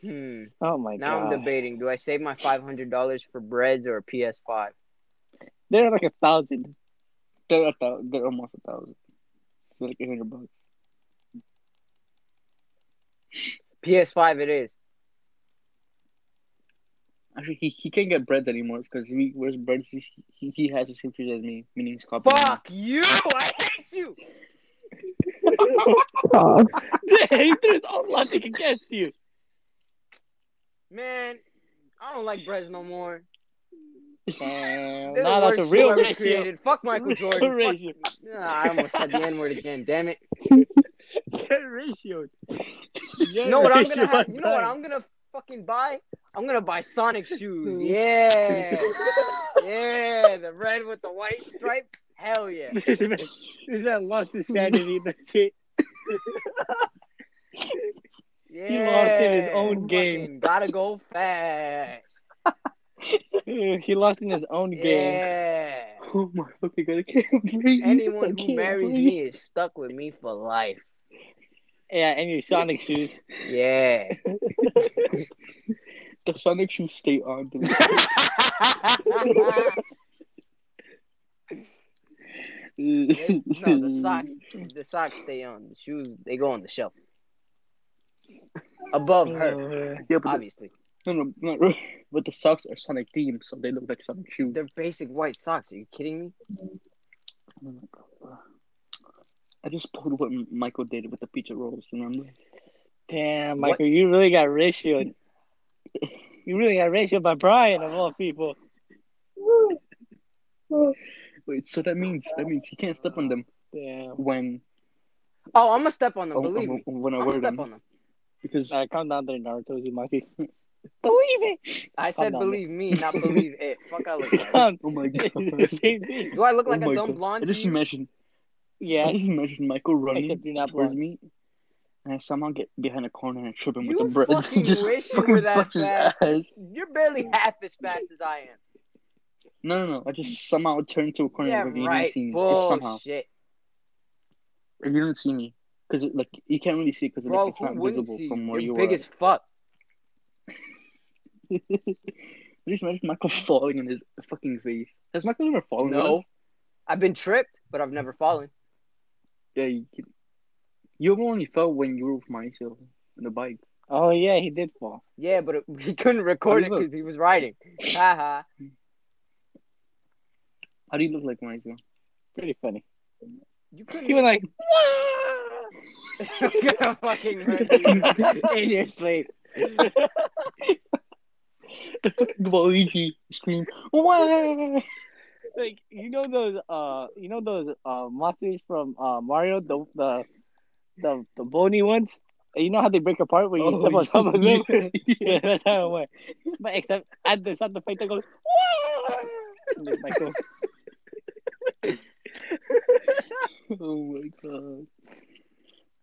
Speaker 2: Hmm.
Speaker 1: Oh my
Speaker 2: Now I'm
Speaker 1: god. [laughs]
Speaker 2: debating. Do I save my five hundred dollars for breads or a PS5?
Speaker 1: They're like a thousand.
Speaker 5: They're a thou- They're almost a thousand. They're like eight hundred bucks.
Speaker 2: PS5 it is.
Speaker 5: Actually, he, he can't get breads anymore because he wears breads. He, he, he has the same shoes as me, meaning he's copying. me.
Speaker 2: Fuck you! I hate you. [laughs]
Speaker 3: Oh,
Speaker 1: he threw his own logic against you.
Speaker 2: Man, I don't like breads no more.
Speaker 5: [laughs]
Speaker 1: Damn.
Speaker 2: They're
Speaker 1: Nah,
Speaker 2: the
Speaker 1: that's a
Speaker 2: worst
Speaker 1: real
Speaker 2: shoe ever
Speaker 1: ratio.
Speaker 2: created. Fuck [laughs] Michael Jordan. Fuck-
Speaker 1: ratio.
Speaker 2: Ah, I almost said the N word again. Damn it. [laughs]
Speaker 1: ratio.
Speaker 2: You know what I'm gonna have, you know what I'm gonna fucking buy? I'm gonna
Speaker 1: [laughs]
Speaker 2: buy Sonic shoes. Yeah. yeah, the red with the white stripe. Hell yeah.
Speaker 1: this man, this man lost his sanity. [laughs] That's it.
Speaker 2: Yeah.
Speaker 1: lost in his own game.
Speaker 2: Fucking Gotta go fast.
Speaker 1: He lost in his own [laughs] game.
Speaker 2: Yeah.
Speaker 5: Oh my fucking god! I [laughs] can't breathe.
Speaker 2: Anyone
Speaker 5: I
Speaker 2: who
Speaker 5: can't
Speaker 2: marries
Speaker 5: breathe.
Speaker 2: me is stuck with me for life.
Speaker 1: Yeah, and your Sonic shoes.
Speaker 2: Yeah.
Speaker 1: [laughs]
Speaker 5: the Sonic shoes stay on. dude.
Speaker 2: They- [laughs] no, the socks, the socks stay on. The shoes, they go on the shelf. Above her,
Speaker 1: Oh,
Speaker 5: [laughs] Yeah, but the,
Speaker 2: obviously.
Speaker 5: no, no, not really. But the socks are Sonic themed, so they look like Sonic shoes.
Speaker 2: They're basic white socks. Are you kidding me?
Speaker 5: Oh my God. I just pulled what M- Michael did with the pizza rolls. Remember?
Speaker 1: Damn,
Speaker 2: What?
Speaker 1: Michael, you really got ratioed. You really got ratioed by Brian of all people.
Speaker 2: [laughs]
Speaker 5: Wait, so that means that means he can't step on them
Speaker 1: Damn.
Speaker 5: when
Speaker 2: Oh, I'm gonna step on them.
Speaker 5: oh,
Speaker 2: Believe
Speaker 5: oh,
Speaker 2: me,
Speaker 5: oh, when I
Speaker 2: I'm
Speaker 5: wear
Speaker 2: gonna step
Speaker 5: them
Speaker 2: on them.
Speaker 5: because
Speaker 1: Alright, calm down there, Naruto. You monkey. [laughs] Believe it.
Speaker 2: I
Speaker 1: Calm
Speaker 2: said
Speaker 1: down,
Speaker 2: believe me, not believe it. Fuck, I
Speaker 5: [laughs]
Speaker 2: look like.
Speaker 1: Um, [laughs]
Speaker 5: oh
Speaker 2: [laughs]
Speaker 5: my god,
Speaker 1: it's the same thing.
Speaker 2: Do I look
Speaker 5: Oh
Speaker 2: like
Speaker 5: my
Speaker 2: a dumb
Speaker 5: God. I
Speaker 2: blonde? to
Speaker 5: just
Speaker 2: you?
Speaker 5: imagine I just
Speaker 1: Yes.
Speaker 5: [laughs] imagine Michael running
Speaker 1: Except you're not
Speaker 5: towards
Speaker 1: blonde.
Speaker 5: me, and I somehow get behind a corner [laughs] and I trip him
Speaker 2: You
Speaker 5: with the bread.
Speaker 2: fucking
Speaker 5: just
Speaker 2: wish you
Speaker 5: fucking
Speaker 2: were that
Speaker 5: bust his
Speaker 2: fast.
Speaker 5: ass.
Speaker 2: You're barely half as fast as I am.
Speaker 5: No, no, no. I just somehow turned to a corner
Speaker 2: Yeah,
Speaker 5: where you
Speaker 2: right.
Speaker 5: didn't see me. Just somehow.
Speaker 2: Bullshit,
Speaker 5: You didn't see me. Because, like, you can't really see because
Speaker 2: bro.
Speaker 5: like, it's
Speaker 2: Who
Speaker 5: not
Speaker 2: wouldn't
Speaker 5: visible
Speaker 2: see
Speaker 5: from where
Speaker 2: you?
Speaker 5: you
Speaker 2: You're
Speaker 5: were.
Speaker 2: big as fuck.
Speaker 5: I [laughs] just imagine Michael falling in his fucking face. Has Michael ever fallen?
Speaker 2: No, I've been tripped, but I've never fallen.
Speaker 5: Yeah, you, can- you only fell when you were with Mauricio on the bike.
Speaker 1: Oh yeah, he did fall.
Speaker 2: Yeah, but it, [laughs] he couldn't record it
Speaker 5: How do you
Speaker 2: because he was riding. Haha.
Speaker 5: How do you look like
Speaker 2: [laughs]
Speaker 5: Mauricio? [laughs]
Speaker 1: Pretty funny.
Speaker 2: You couldn't. [laughs]
Speaker 1: He was like, [laughs]
Speaker 2: I'm
Speaker 5: [laughs]
Speaker 2: gonna fucking hurt you in your sleep.
Speaker 5: The fucking Luigi scream. What?
Speaker 1: like you know those uh you know those uh monsters from uh Mario the the the, the bony ones. And You know how they break apart when [laughs] you
Speaker 5: Oh,
Speaker 1: step on top of them.
Speaker 5: [laughs] yeah.
Speaker 1: yeah, that's how it went. But except at the sound the fight that goes. "Wah!" And it's Michael.
Speaker 5: Oh my god.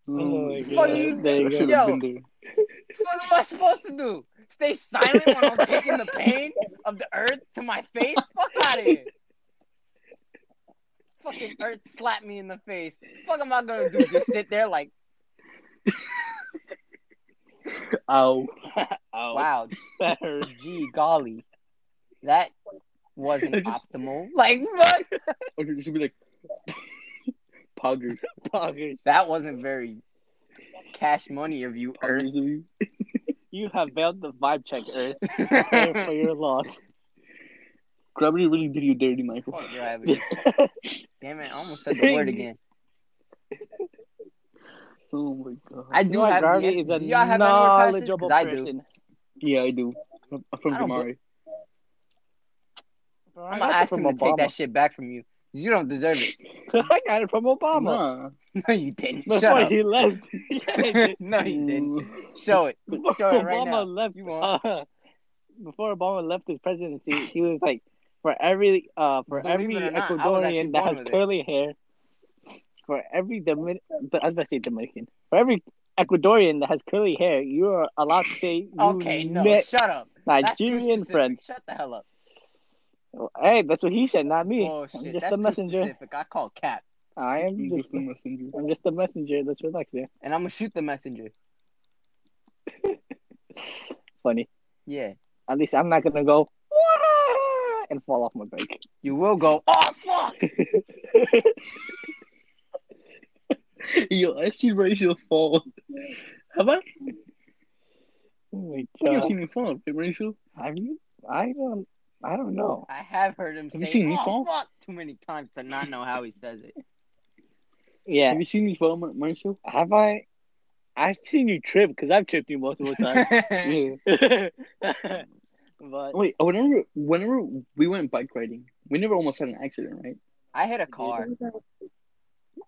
Speaker 1: Oh my
Speaker 2: Fuck God. you.
Speaker 1: There you go.
Speaker 5: I should've
Speaker 2: Yo.
Speaker 5: been
Speaker 2: What am I supposed to do? Stay silent when I'm taking the pain of the earth to my face? Fuck out of here. Fucking earth slapped me in the face. Fuck am I gonna do? Just sit there like,
Speaker 5: there.
Speaker 1: [laughs]
Speaker 5: Ow.
Speaker 1: Ow.
Speaker 2: wow,
Speaker 1: That hurt.
Speaker 2: gee, golly. That
Speaker 1: [laughs]
Speaker 2: wasn't
Speaker 5: I just-
Speaker 2: optimal. Like, what?
Speaker 5: Or you should be like, [laughs] Poggers.
Speaker 1: Poggers.
Speaker 2: That wasn't very cash money of you,
Speaker 1: [laughs]
Speaker 2: earth.
Speaker 5: Poggers of you.
Speaker 1: You have failed the vibe check, Earth. Sorry for [laughs]
Speaker 2: Fuck
Speaker 1: your loss.
Speaker 5: Gravity really did you dirty, Michael.
Speaker 2: gravity. Damn it, I almost said the
Speaker 1: [laughs]
Speaker 2: word again.
Speaker 5: Oh my god.
Speaker 2: I
Speaker 1: You
Speaker 2: do
Speaker 1: know
Speaker 2: have.
Speaker 1: Garvey
Speaker 2: do
Speaker 1: is a
Speaker 2: y'all have any passes?
Speaker 1: knowledgeable
Speaker 2: 'Cause I do.
Speaker 1: person.
Speaker 5: yeah, I do. I'm from
Speaker 2: I don't
Speaker 5: Gamari.
Speaker 1: Bro, I
Speaker 2: I'm
Speaker 1: got
Speaker 2: gonna
Speaker 1: it
Speaker 2: ask
Speaker 1: from
Speaker 2: him to take
Speaker 1: Obama.
Speaker 2: that shit back from you. You don't deserve it.
Speaker 1: [laughs]
Speaker 2: [laughs]
Speaker 1: I got it from Obama
Speaker 5: Nah.
Speaker 2: No, you didn't.
Speaker 1: before
Speaker 2: Shut up.
Speaker 1: he [laughs]
Speaker 2: [laughs]
Speaker 1: left. Yeah,
Speaker 2: no, you
Speaker 1: [laughs]
Speaker 2: didn't.
Speaker 5: Ooh.
Speaker 2: Show it.
Speaker 1: before
Speaker 2: Show it right
Speaker 1: Obama
Speaker 2: now.
Speaker 1: left.
Speaker 2: You won't.
Speaker 1: uh, [laughs] before Obama left his presidency, he was like, for every uh, for
Speaker 2: Believe
Speaker 1: every
Speaker 2: it or not, I was actually
Speaker 1: Ecuadorian that
Speaker 2: born
Speaker 1: has
Speaker 2: with it.
Speaker 1: curly hair, for every Dominican, I was about to say Dominican, for every Ecuadorian that has curly hair, you are allowed to say you
Speaker 2: Okay, no,
Speaker 1: met
Speaker 2: shut up. That's too
Speaker 1: Nigerian
Speaker 2: specific.
Speaker 1: friend.
Speaker 2: Shut the hell up.
Speaker 1: Hey, that's what he said, not me.
Speaker 2: Bullshit.
Speaker 1: I'm just
Speaker 2: That's
Speaker 1: a
Speaker 2: too
Speaker 1: messenger.
Speaker 2: specific. I call cap,
Speaker 1: I am
Speaker 5: I'm
Speaker 1: just
Speaker 5: just a messenger. [laughs]
Speaker 1: I'm just a messenger. Let's relax there.
Speaker 2: and I'm gonna shoot the messenger.
Speaker 1: Funny.
Speaker 2: Yeah,
Speaker 1: At least I'm not gonna go and fall off my bike.
Speaker 2: you will go. Oh fuck!
Speaker 5: Yo, I see Rachel fall. [laughs] Have I?
Speaker 1: Oh my
Speaker 5: You
Speaker 1: god.
Speaker 5: seen me fall, right, Rachel?
Speaker 1: Have you? I don't. I don't know.
Speaker 2: I have heard him
Speaker 5: Have
Speaker 2: say
Speaker 5: you seen me
Speaker 2: "oh
Speaker 5: fall?"
Speaker 2: fuck" too many times to not know how he says it.
Speaker 1: Yeah.
Speaker 5: Have you seen me fall, Mar- Marshall?
Speaker 1: Have I? I've seen you trip because I've tripped you multiple times. [laughs]
Speaker 5: [laughs] Yeah.
Speaker 1: but
Speaker 5: Wait, whenever whenever we went bike riding, we never almost had an accident, right?
Speaker 2: I hit a car.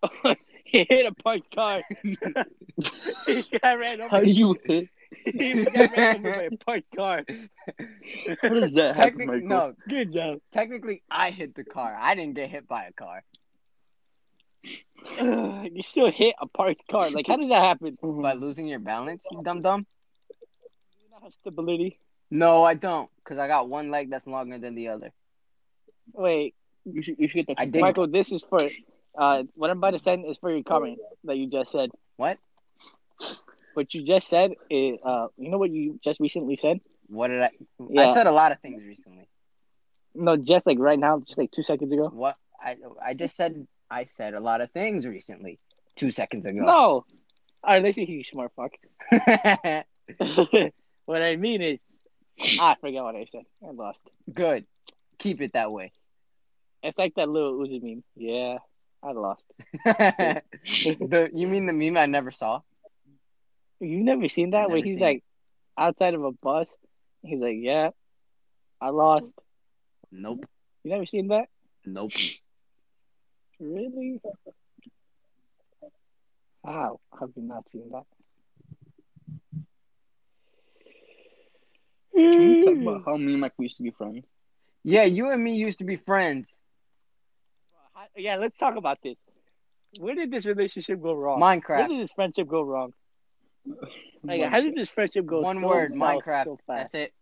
Speaker 1: [laughs] he hit a parked [laughs] car. he got ran
Speaker 5: [laughs] How
Speaker 1: over.
Speaker 5: do you hit?
Speaker 1: [laughs] he got ran over by a parked car.
Speaker 5: How does that happen,
Speaker 2: Technically,
Speaker 5: Michael?
Speaker 2: no.
Speaker 1: Good job.
Speaker 2: Technically, I hit the car. I didn't get hit by a car,
Speaker 1: Ugh, [sighs] you still hit a parked car. Like, how does that happen?
Speaker 2: by losing your balance, you dumb dumb.
Speaker 1: You don't have stability.
Speaker 2: No, I don't, because I got one leg that's longer than the other.
Speaker 1: Wait,
Speaker 5: You should, you should get
Speaker 2: I
Speaker 5: that.
Speaker 2: did.
Speaker 1: Michael, this is for uh, what I'm about to send is for your comment that you just said.
Speaker 2: What?
Speaker 1: What you just said is, uh, you know what you just recently said?
Speaker 2: What did I? I
Speaker 1: Yeah.
Speaker 2: said a lot of things recently.
Speaker 1: No, just like right now, just like two seconds ago.
Speaker 2: What I I just said I said a lot of things recently. Two seconds ago.
Speaker 1: No, all right, listen here, you smart fuck. [laughs]
Speaker 2: [laughs] Good.
Speaker 1: what I mean is, I forgot what I said. I lost.
Speaker 2: Keep it that way. [laughs]
Speaker 1: It's like that little Uzi meme. Yeah, I lost.
Speaker 2: the you mean the meme I never saw?
Speaker 1: You've never seen that
Speaker 2: I've
Speaker 1: where
Speaker 2: never
Speaker 1: he's
Speaker 2: seen
Speaker 1: like outside of a bus. He's like, yeah, I lost.
Speaker 2: Nope.
Speaker 1: You never seen that?
Speaker 2: Nope.
Speaker 1: [laughs] Really? How have you not seen that?
Speaker 5: Can we talk about how me and Michael used to be friends?
Speaker 2: Yeah, you and me used to be friends.
Speaker 1: How- yeah, let's talk about this. Where did this relationship go wrong? Where
Speaker 2: Minecraft.
Speaker 1: did this friendship go wrong? Like, how did this friendship go?
Speaker 2: One
Speaker 1: so
Speaker 2: word,
Speaker 1: south
Speaker 2: Minecraft.
Speaker 1: So fast?
Speaker 2: That's it.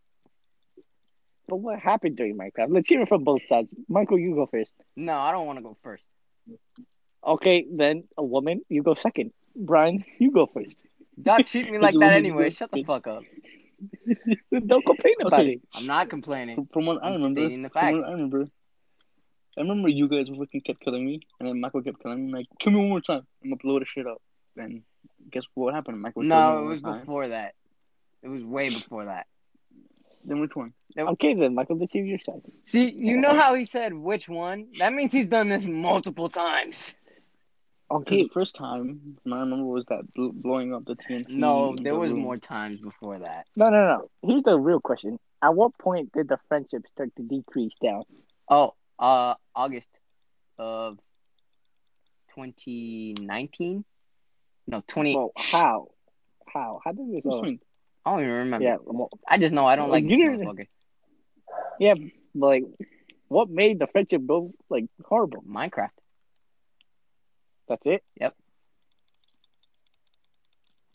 Speaker 1: But what happened during Minecraft? Let's hear it from both sides. Michael, you go first.
Speaker 2: No, I don't want to go first.
Speaker 1: Okay, then a woman, you go second. Brian, you go first. [laughs]
Speaker 2: Y'all treat me like that anyway. Shut the fuck up.
Speaker 1: Don't complain about
Speaker 5: Okay.
Speaker 1: it.
Speaker 2: I'm not
Speaker 1: [laughs]
Speaker 2: complaining.
Speaker 5: From what I
Speaker 2: I'm
Speaker 5: remember,
Speaker 2: stating the
Speaker 5: from what
Speaker 2: facts.
Speaker 5: I remember, I remember you guys fucking kept killing me, and then Michael kept killing me. Like, kill me one more time. I'm gonna blow this shit up. And guess what happened? Michael. killed me
Speaker 2: No, it
Speaker 5: one
Speaker 2: was
Speaker 5: more time.
Speaker 2: before that. It was way before that.
Speaker 5: Then which one?
Speaker 1: Okay, then Michael, let's hear your side.
Speaker 2: See, you know how he said which one? That means he's done this multiple times.
Speaker 5: Because
Speaker 1: Okay,
Speaker 5: the first time, I remember was that bl- blowing up the TNT.
Speaker 2: No,
Speaker 5: in
Speaker 1: Mm-hmm.
Speaker 2: there
Speaker 5: the
Speaker 2: was
Speaker 5: room.
Speaker 2: more times before that.
Speaker 1: No, no, no. Here's the real question. At what point did the friendship start to decrease down?
Speaker 2: Oh, uh August of 2019. No, 20.
Speaker 1: Well, how? How? How did this all?
Speaker 2: [laughs] I don't even remember.
Speaker 1: Yeah, well,
Speaker 2: I just know I don't like
Speaker 1: You
Speaker 2: this
Speaker 1: didn't-
Speaker 2: motherfucker.
Speaker 1: yeah. but, Like, what made the friendship go like horrible?
Speaker 2: Minecraft.
Speaker 1: That's it.
Speaker 2: Yep.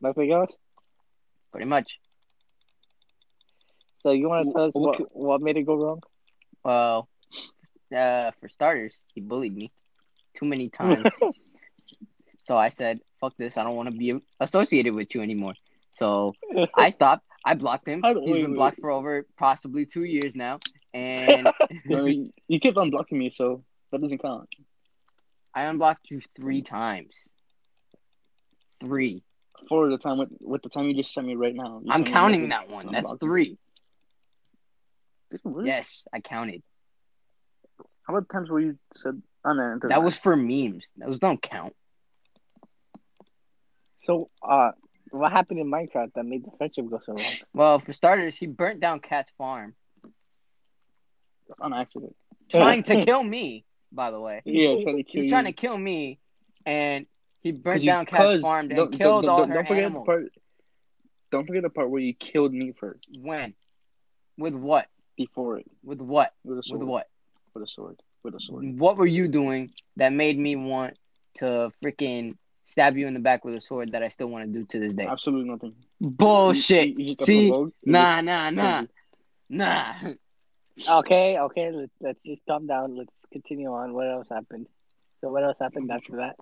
Speaker 1: Nothing else.
Speaker 2: Pretty much.
Speaker 1: So you want to
Speaker 5: Wh-
Speaker 1: tell us
Speaker 5: what
Speaker 1: what,
Speaker 5: c-
Speaker 1: what made it go wrong?
Speaker 2: Well, uh, for starters, he bullied me too
Speaker 1: [laughs]
Speaker 2: many times. so I said, "Fuck this! I don't want to be associated with you anymore." So
Speaker 1: [laughs]
Speaker 2: I stopped. I blocked him.
Speaker 1: I don't-
Speaker 2: He's
Speaker 1: wait,
Speaker 2: been
Speaker 1: wait.
Speaker 2: blocked for over possibly two years now,
Speaker 1: [laughs]
Speaker 2: and
Speaker 5: No, you, you kept unblocking me, so that doesn't count.
Speaker 2: I unblocked you three times. Three.
Speaker 5: For the time with, with the time you just sent me right now. You
Speaker 2: I'm
Speaker 5: sent me a
Speaker 2: counting
Speaker 5: message.
Speaker 2: that one.
Speaker 5: I'm
Speaker 2: That's
Speaker 5: blocking.
Speaker 2: three.
Speaker 5: Did you really?
Speaker 2: Yes, I counted.
Speaker 5: How about times where you said "Oh, on there?
Speaker 2: That was for memes. Those don't count.
Speaker 1: So, uh, what happened in Minecraft that made the friendship go so wrong?
Speaker 2: Well, for starters, he burnt down Cat's farm,
Speaker 5: on accident.
Speaker 2: trying to
Speaker 5: [laughs]
Speaker 2: kill me. By the way,
Speaker 5: Yeah, trying to kill
Speaker 2: he's
Speaker 5: you.
Speaker 2: trying to kill me, and he burnt
Speaker 5: 'Cause you-
Speaker 2: down Cat's
Speaker 5: 'cause
Speaker 2: farm and
Speaker 5: don't- don't-
Speaker 2: killed
Speaker 5: don't-
Speaker 2: all
Speaker 5: don't-
Speaker 2: her
Speaker 5: don't forget the
Speaker 2: animals.
Speaker 5: Part, don't forget the part where you killed me first
Speaker 2: When? With what?
Speaker 5: before it
Speaker 2: With what?
Speaker 5: with a sword.
Speaker 2: With what? Mm.
Speaker 5: With a sword. With a sword.
Speaker 2: What were you doing that made me want to freaking stab you in the back with a sword that I still want to do to this day?
Speaker 5: Absolutely nothing.
Speaker 2: Bullshit.
Speaker 5: You- you just got
Speaker 2: See?
Speaker 5: provoked. You
Speaker 2: Nah, nah,
Speaker 5: just-
Speaker 2: nah, nah.
Speaker 1: Okay, okay, let's, let's just calm down. Let's continue on. What else happened? So, what else happened after that?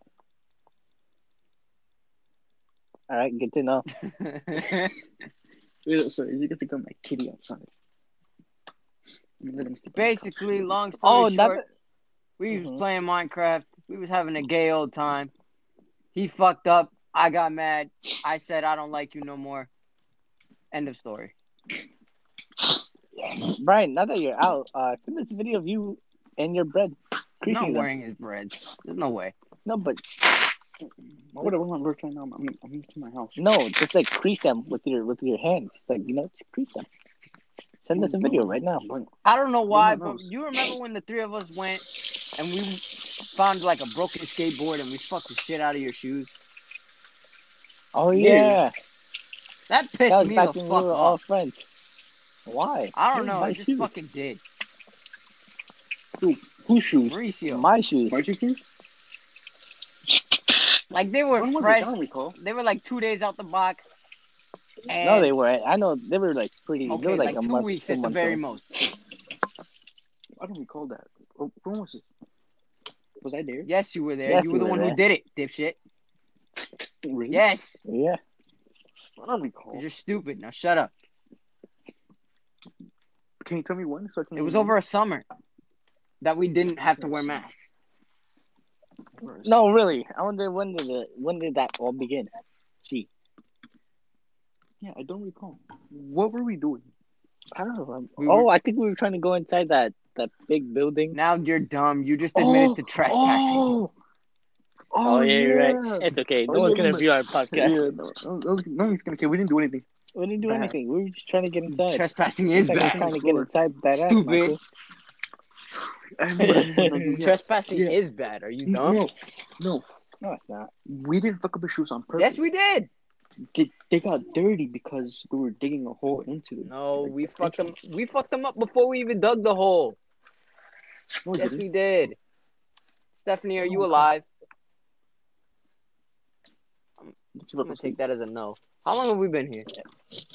Speaker 1: All right, good to [laughs] know.
Speaker 5: Wait, So you get to go my kitty outside. Let him sleep in the couch.
Speaker 2: [laughs] Basically, long story
Speaker 1: Oh,
Speaker 2: short,
Speaker 1: another.
Speaker 2: we was
Speaker 1: Mhm.
Speaker 2: playing Minecraft. We was having a
Speaker 1: Mm.
Speaker 2: gay old time. He fucked up. I got mad. I said I don't like you no more. End of story.
Speaker 1: Brian, now that you're out, uh, send us a video of you and your bread.
Speaker 2: He's not
Speaker 1: Creasing them.
Speaker 2: wearing his breads. There's no way.
Speaker 1: No, but
Speaker 5: What am I working now? I'm I'm to my house.
Speaker 1: no, just like crease them with your with your hands. Just like you know, just crease them. Send us a video right now.
Speaker 2: I don't know why,
Speaker 5: Everyone
Speaker 2: but
Speaker 5: knows.
Speaker 2: you remember when the three of us went and we found like a broken skateboard and we fucked the shit out of your shoes?
Speaker 1: Oh
Speaker 5: Yeah.
Speaker 1: yeah,
Speaker 2: That
Speaker 1: that
Speaker 2: pissed
Speaker 1: was
Speaker 2: me
Speaker 1: back
Speaker 2: the
Speaker 1: when
Speaker 2: fuck
Speaker 1: we were all
Speaker 2: off.
Speaker 1: friends. Why?
Speaker 2: I
Speaker 1: It
Speaker 2: don't
Speaker 1: was
Speaker 2: know.
Speaker 1: my
Speaker 2: It just
Speaker 1: shoes.
Speaker 2: fucking did.
Speaker 5: Whose shoes?
Speaker 2: Mauricio.
Speaker 1: my shoes.
Speaker 5: March's shoes?
Speaker 2: like they were
Speaker 5: When was it? I
Speaker 2: fresh.
Speaker 5: don't recall.
Speaker 2: They were like two days out the box. And
Speaker 1: No, they were. I know they were like pretty. they
Speaker 2: okay,
Speaker 1: were like,
Speaker 2: like,
Speaker 1: a
Speaker 2: two
Speaker 1: month,
Speaker 2: weeks
Speaker 1: two
Speaker 2: at the
Speaker 1: months
Speaker 2: very
Speaker 1: old.
Speaker 2: most.
Speaker 5: I don't recall that. Oh, When was it? Was I there?
Speaker 2: Yes, you were there.
Speaker 1: Yes,
Speaker 2: you
Speaker 1: you
Speaker 2: were the
Speaker 1: were
Speaker 2: one who did
Speaker 1: there.
Speaker 2: it, dipshit.
Speaker 5: Really?
Speaker 2: Yes,
Speaker 1: Yeah.
Speaker 5: I don't recall.
Speaker 2: you're stupid. Now shut up.
Speaker 5: Can you tell me when? So I can
Speaker 2: It was over a summer that we didn't have to wear masks.
Speaker 1: No, really. I wonder when did it, when did that all begin? Gee,
Speaker 5: Yeah, I don't recall. What were we doing?
Speaker 1: I don't know.
Speaker 2: We
Speaker 1: oh,
Speaker 2: were-
Speaker 1: I think we were trying to go inside that that big building.
Speaker 2: Now you're dumb. You just admitted
Speaker 5: Oh,
Speaker 2: to trespassing.
Speaker 5: Oh,
Speaker 1: Oh,
Speaker 5: oh
Speaker 1: yeah, you're right.
Speaker 5: yeah.
Speaker 1: It's okay. No
Speaker 5: Oh,
Speaker 1: one's
Speaker 5: yeah,
Speaker 1: gonna
Speaker 5: but-
Speaker 1: view our
Speaker 2: [laughs]
Speaker 5: Yeah,
Speaker 1: podcast.
Speaker 5: no, no, no, no, it's gonna. Okay, we didn't do [laughs] anything.
Speaker 1: We didn't do
Speaker 5: Bad.
Speaker 1: anything. We were just trying to get inside.
Speaker 2: Trespassing
Speaker 1: We're
Speaker 2: is
Speaker 1: trying-
Speaker 2: bad.
Speaker 1: trying to get
Speaker 5: Floor.
Speaker 1: inside that ass,
Speaker 2: Stupid.
Speaker 1: Michael.
Speaker 5: I remember that, like, yeah.
Speaker 2: Trespassing
Speaker 5: Yeah.
Speaker 2: is bad. Are you dumb?
Speaker 5: No, no,
Speaker 1: No, it's not.
Speaker 5: we didn't fuck up the shoes on purpose.
Speaker 2: Yes, we did.
Speaker 5: They, they got dirty because we were digging a hole into them.
Speaker 2: No, we fucked them. We fucked them up before we even dug the hole.
Speaker 5: No, we
Speaker 2: Yes,
Speaker 5: didn't.
Speaker 2: we did. Stephanie, are you
Speaker 5: Oh,
Speaker 2: alive?
Speaker 5: She fucking
Speaker 2: I'm gonna take that as a no. How long have we been here?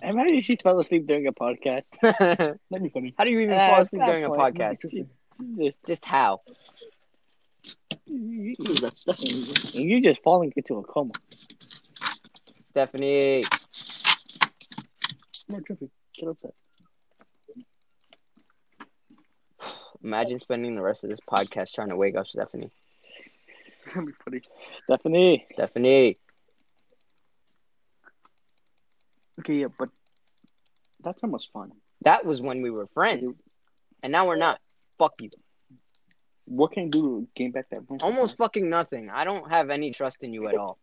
Speaker 1: Imagine she fell asleep during a podcast. [laughs]
Speaker 2: [laughs] How
Speaker 5: That'd be funny.
Speaker 2: do you even
Speaker 1: Ah,
Speaker 2: fall
Speaker 1: at
Speaker 2: asleep
Speaker 1: that
Speaker 2: during Uh, a
Speaker 1: point,
Speaker 2: podcast?
Speaker 1: She just,
Speaker 2: [laughs] Just how?
Speaker 5: That's definitely.
Speaker 1: you're just falling into a coma.
Speaker 2: Stephanie.
Speaker 5: No, trippy.
Speaker 1: Get outside.
Speaker 2: Imagine spending the rest of this podcast trying to wake up Stephanie.
Speaker 5: [laughs] That'd be funny.
Speaker 1: Stephanie, [laughs]
Speaker 2: Stephanie.
Speaker 5: Okay, yeah, but that time was fun.
Speaker 2: That was when we were friends. And now we're not. Fuck you.
Speaker 5: What can I do to gain back that? friendship?
Speaker 2: Almost fucking nothing. I don't have any trust in you at all.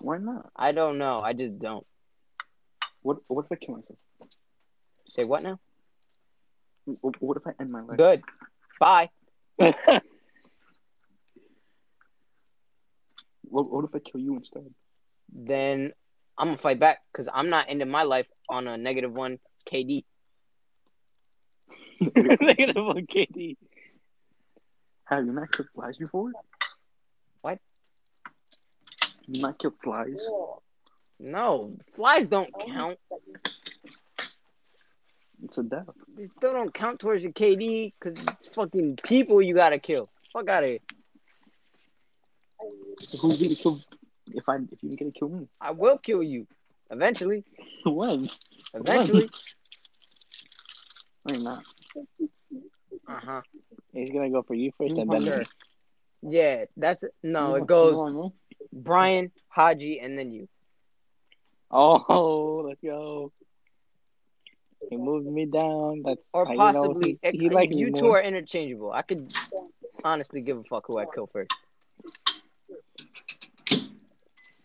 Speaker 5: Why not?
Speaker 2: I don't know. I just don't.
Speaker 5: What What if I kill myself?
Speaker 2: Say what now?
Speaker 5: W- What if I end my [laughs] life?
Speaker 2: Good. Bye.
Speaker 5: What, what if I kill you instead?
Speaker 2: Then I'm gonna fight back because I'm not ending my life on a negative one KD.
Speaker 5: [laughs]
Speaker 1: Negative one, KD.
Speaker 5: Have you not killed flies before?
Speaker 2: What?
Speaker 5: You not killed flies?
Speaker 2: No, flies don't count.
Speaker 5: It's a death.
Speaker 2: They still don't count towards your KD because it's fucking people you gotta kill. Fuck out of here.
Speaker 5: So who's gonna kill? If I if you're gonna kill me,
Speaker 2: I will kill you eventually.
Speaker 5: when?
Speaker 2: Eventually.
Speaker 5: I'm not.
Speaker 2: Uh huh.
Speaker 1: He's gonna go for you first,
Speaker 5: You
Speaker 1: and
Speaker 5: want
Speaker 1: then
Speaker 2: Sure. Yeah, that's no. Oh, It
Speaker 5: You know- you
Speaker 2: goes
Speaker 5: know what
Speaker 2: Brian, Haji, and then you.
Speaker 1: oh, let's go. He moved me down. That's
Speaker 2: Or
Speaker 1: how Uh, you know
Speaker 2: possibly
Speaker 1: he, he
Speaker 2: it-
Speaker 1: likes
Speaker 2: you
Speaker 1: me
Speaker 2: two
Speaker 1: more.
Speaker 2: are interchangeable. I could honestly give a fuck who I kill first.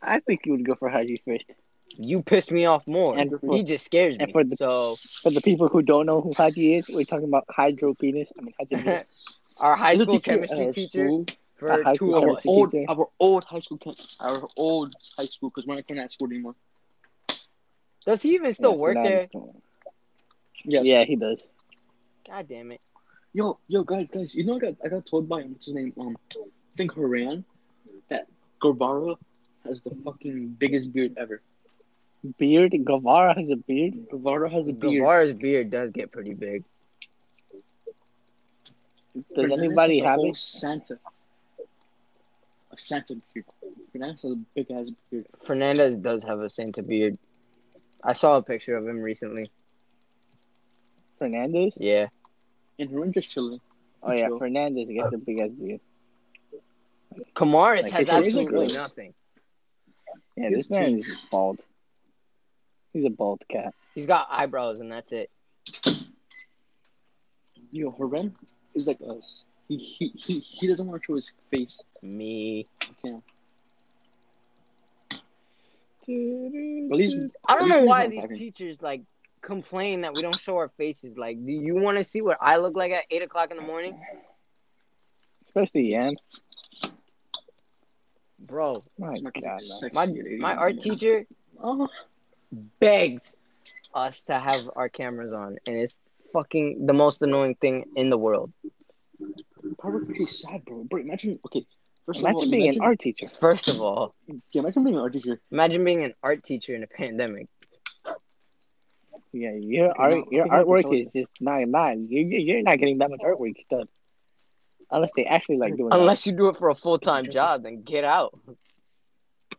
Speaker 1: I think he would go for Haji first.
Speaker 2: You piss me off more.
Speaker 1: And for-
Speaker 2: he just scares me.
Speaker 1: and for the- [laughs]
Speaker 2: so
Speaker 1: For the people who don't know who Haji is, we're talking about hydro penis. I mean,
Speaker 2: [laughs]
Speaker 1: Haji penis.
Speaker 2: our high
Speaker 5: He's a
Speaker 2: school
Speaker 5: teacher at
Speaker 2: chemistry
Speaker 1: Uh,
Speaker 5: our
Speaker 2: teacher
Speaker 5: school.
Speaker 2: for
Speaker 1: high
Speaker 2: two
Speaker 1: school
Speaker 2: of
Speaker 5: Our
Speaker 2: us.
Speaker 1: chemistry-
Speaker 5: old,
Speaker 1: teacher.
Speaker 5: our old high school, camp, our old high school, because we're not going to school anymore.
Speaker 2: Does he even still
Speaker 1: Yes,
Speaker 2: work
Speaker 1: but I
Speaker 2: there?
Speaker 1: understand.
Speaker 5: Yes.
Speaker 1: Yeah, he does.
Speaker 2: God damn it.
Speaker 5: Yo, yo, guys, guys, you know I got I got told by what's his name, um, I think Haran, that Guevara has the fucking biggest beard ever.
Speaker 1: Beard. Guevara has a beard.
Speaker 5: Guevara has a beard.
Speaker 2: Guevara's beard does get pretty big.
Speaker 1: Does
Speaker 5: Fernandez
Speaker 1: anybody
Speaker 5: has a
Speaker 1: have
Speaker 5: whole
Speaker 1: it?
Speaker 5: Santa. A Santa beard. Fernandez has a big ass beard.
Speaker 2: Fernandez does have a Santa beard. I saw a picture of him recently.
Speaker 1: Fernandez.
Speaker 2: Yeah.
Speaker 5: And Haran just chilling.
Speaker 1: Oh yeah,
Speaker 5: Sure.
Speaker 1: Fernandez gets a big ass beard.
Speaker 2: Kamaris
Speaker 1: Like,
Speaker 2: has
Speaker 1: his hair's, like,
Speaker 2: absolutely
Speaker 5: gross.
Speaker 2: nothing.
Speaker 1: Yeah,
Speaker 5: He's
Speaker 1: this man is bald. He's a bald cat.
Speaker 2: He's got eyebrows and that's it.
Speaker 5: Yo, Haran is like us. He he he, he doesn't want to show his face.
Speaker 2: Me.
Speaker 5: Okay.
Speaker 1: At
Speaker 5: At least
Speaker 2: I don't know
Speaker 5: He's
Speaker 2: why
Speaker 5: not
Speaker 2: these
Speaker 5: talking.
Speaker 2: teachers like complain that we don't show our faces. Like, do you want to see what I look like at eight o'clock in the morning,
Speaker 1: especially Yan.
Speaker 2: bro?
Speaker 1: My
Speaker 5: It's not gonna
Speaker 1: God,
Speaker 5: be
Speaker 1: no.
Speaker 5: sexy
Speaker 2: My
Speaker 5: at eight in
Speaker 2: my
Speaker 5: the
Speaker 2: art
Speaker 5: morning.
Speaker 2: teacher
Speaker 5: Oh,
Speaker 2: begs us to have our cameras on, and it's fucking the most annoying thing in the world.
Speaker 5: probably pretty sad, bro. Bro, imagine. Okay, first of all,
Speaker 1: Imagine being an
Speaker 5: imagine-
Speaker 1: art teacher.
Speaker 2: First of all,
Speaker 5: Yeah, imagine being an art teacher.
Speaker 2: imagine being an art teacher in a pandemic.
Speaker 1: Yeah, your
Speaker 5: Okay,
Speaker 1: art,
Speaker 5: now,
Speaker 1: your
Speaker 5: think about
Speaker 1: artwork
Speaker 5: this
Speaker 1: is just not not. You you- you're not getting that much artwork done, unless they actually like doing.
Speaker 2: Unless you do it for a full time
Speaker 1: [laughs]
Speaker 2: job, then get out.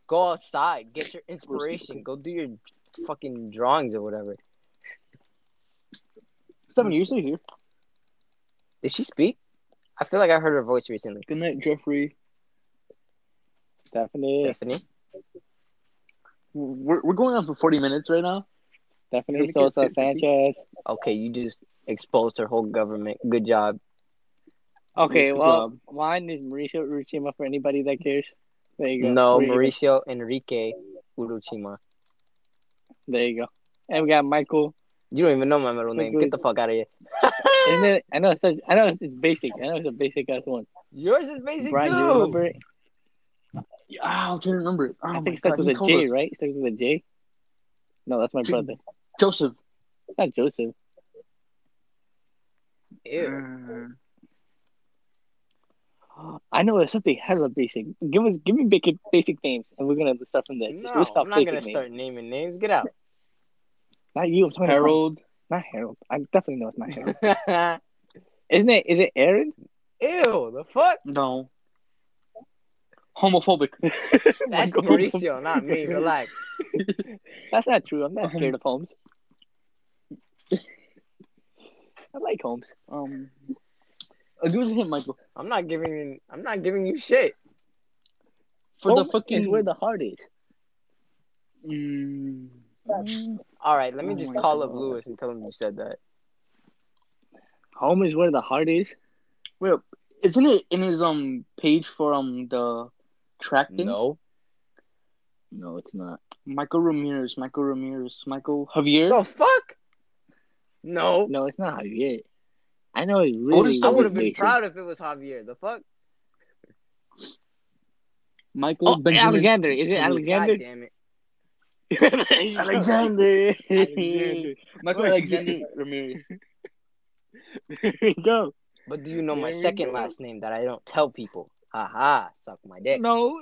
Speaker 2: Go outside, get your inspiration, go do your fucking drawings or whatever.
Speaker 1: seven years here.
Speaker 2: Did she speak? I feel like I heard her voice recently.
Speaker 5: Good night, Jeffrey.
Speaker 1: Stephanie,
Speaker 2: Stephanie.
Speaker 5: We're, we're going on for 40 minutes right now.
Speaker 1: Stephanie
Speaker 5: Let me get
Speaker 1: Sosa
Speaker 5: fifty.
Speaker 1: Sanchez.
Speaker 2: Okay, you just exposed her whole government. Good job.
Speaker 1: Okay,
Speaker 5: Good
Speaker 1: well,
Speaker 5: job.
Speaker 1: mine is Mauricio Uruchima for anybody that cares. There you go.
Speaker 2: No,
Speaker 1: There you go.
Speaker 2: Mauricio Enrique Uruchima.
Speaker 1: There you go. And we got Michael.
Speaker 2: You don't even know my middle name. Get the fuck out of here.
Speaker 1: [laughs] And then I know it's such, I know it's it's basic. I know it's a basic ass one.
Speaker 2: Yours is basic
Speaker 1: Brian,
Speaker 2: too.
Speaker 1: you remember? it?
Speaker 5: Yeah, I can't remember it. Oh
Speaker 1: I
Speaker 5: my
Speaker 1: think it
Speaker 5: God,
Speaker 1: starts
Speaker 5: he
Speaker 1: with a
Speaker 5: told
Speaker 1: J,
Speaker 5: us.
Speaker 1: right? It starts with a J. No, that's my
Speaker 5: J-
Speaker 1: brother.
Speaker 5: Joseph.
Speaker 1: It's not Joseph.
Speaker 2: Ew.
Speaker 5: Mm.
Speaker 1: I know it's something hella basic. Give us, give me basic, basic names, and we're gonna start from there. Just
Speaker 2: No,
Speaker 1: list off
Speaker 2: I'm not
Speaker 1: basic
Speaker 2: gonna
Speaker 1: names.
Speaker 2: start naming names.
Speaker 1: [laughs]
Speaker 2: Get out. [laughs]
Speaker 1: Not you. I'm talking about-
Speaker 5: Harold.
Speaker 1: Not Harold. I definitely know it's not Harold. [laughs]
Speaker 2: Ew,
Speaker 1: Isn't it? Is it Aaron?
Speaker 2: the fuck?
Speaker 5: No. Homophobic.
Speaker 2: That's
Speaker 1: Oh God.
Speaker 2: Mauricio, not
Speaker 1: [laughs]
Speaker 2: me. Relax.
Speaker 1: That's not true. I'm not
Speaker 5: Um,
Speaker 1: scared of Holmes. [laughs] I like Holmes.
Speaker 5: Um. uh, Give us a hint, Michael.
Speaker 2: I'm not giving you I'm not giving you shit.
Speaker 5: For
Speaker 1: Holmes
Speaker 5: the
Speaker 1: is
Speaker 5: fucking.
Speaker 1: Oh, where the heart is.
Speaker 5: Mm,
Speaker 2: Alright, let me
Speaker 5: Oh
Speaker 2: just
Speaker 5: my
Speaker 2: call up
Speaker 5: God.
Speaker 2: Lewis and tell him you said that.
Speaker 1: Home is where the heart is.
Speaker 5: wait, isn't it in his um page for um the track thing?
Speaker 2: No.
Speaker 1: No, it's not.
Speaker 5: Michael Ramirez. Michael Ramirez. Michael Javier.
Speaker 2: The fuck? No.
Speaker 1: No, it's not Javier.
Speaker 5: I know it's really.
Speaker 1: Otis
Speaker 2: I
Speaker 1: That
Speaker 2: would
Speaker 1: would've
Speaker 2: have been
Speaker 5: basic.
Speaker 2: proud if it was Javier. The fuck?
Speaker 5: Michael
Speaker 1: Oh,
Speaker 5: Benjamin.
Speaker 1: Alexander. Is it Alexander?
Speaker 2: God damn it.
Speaker 1: [laughs]
Speaker 5: Alexander.
Speaker 1: Alexander.
Speaker 5: Michael Alexander Ramirez.
Speaker 1: There you go.
Speaker 2: But do you know my
Speaker 1: There we
Speaker 2: second
Speaker 1: go.
Speaker 2: last name that I don't tell people? Haha, suck my dick.
Speaker 1: No.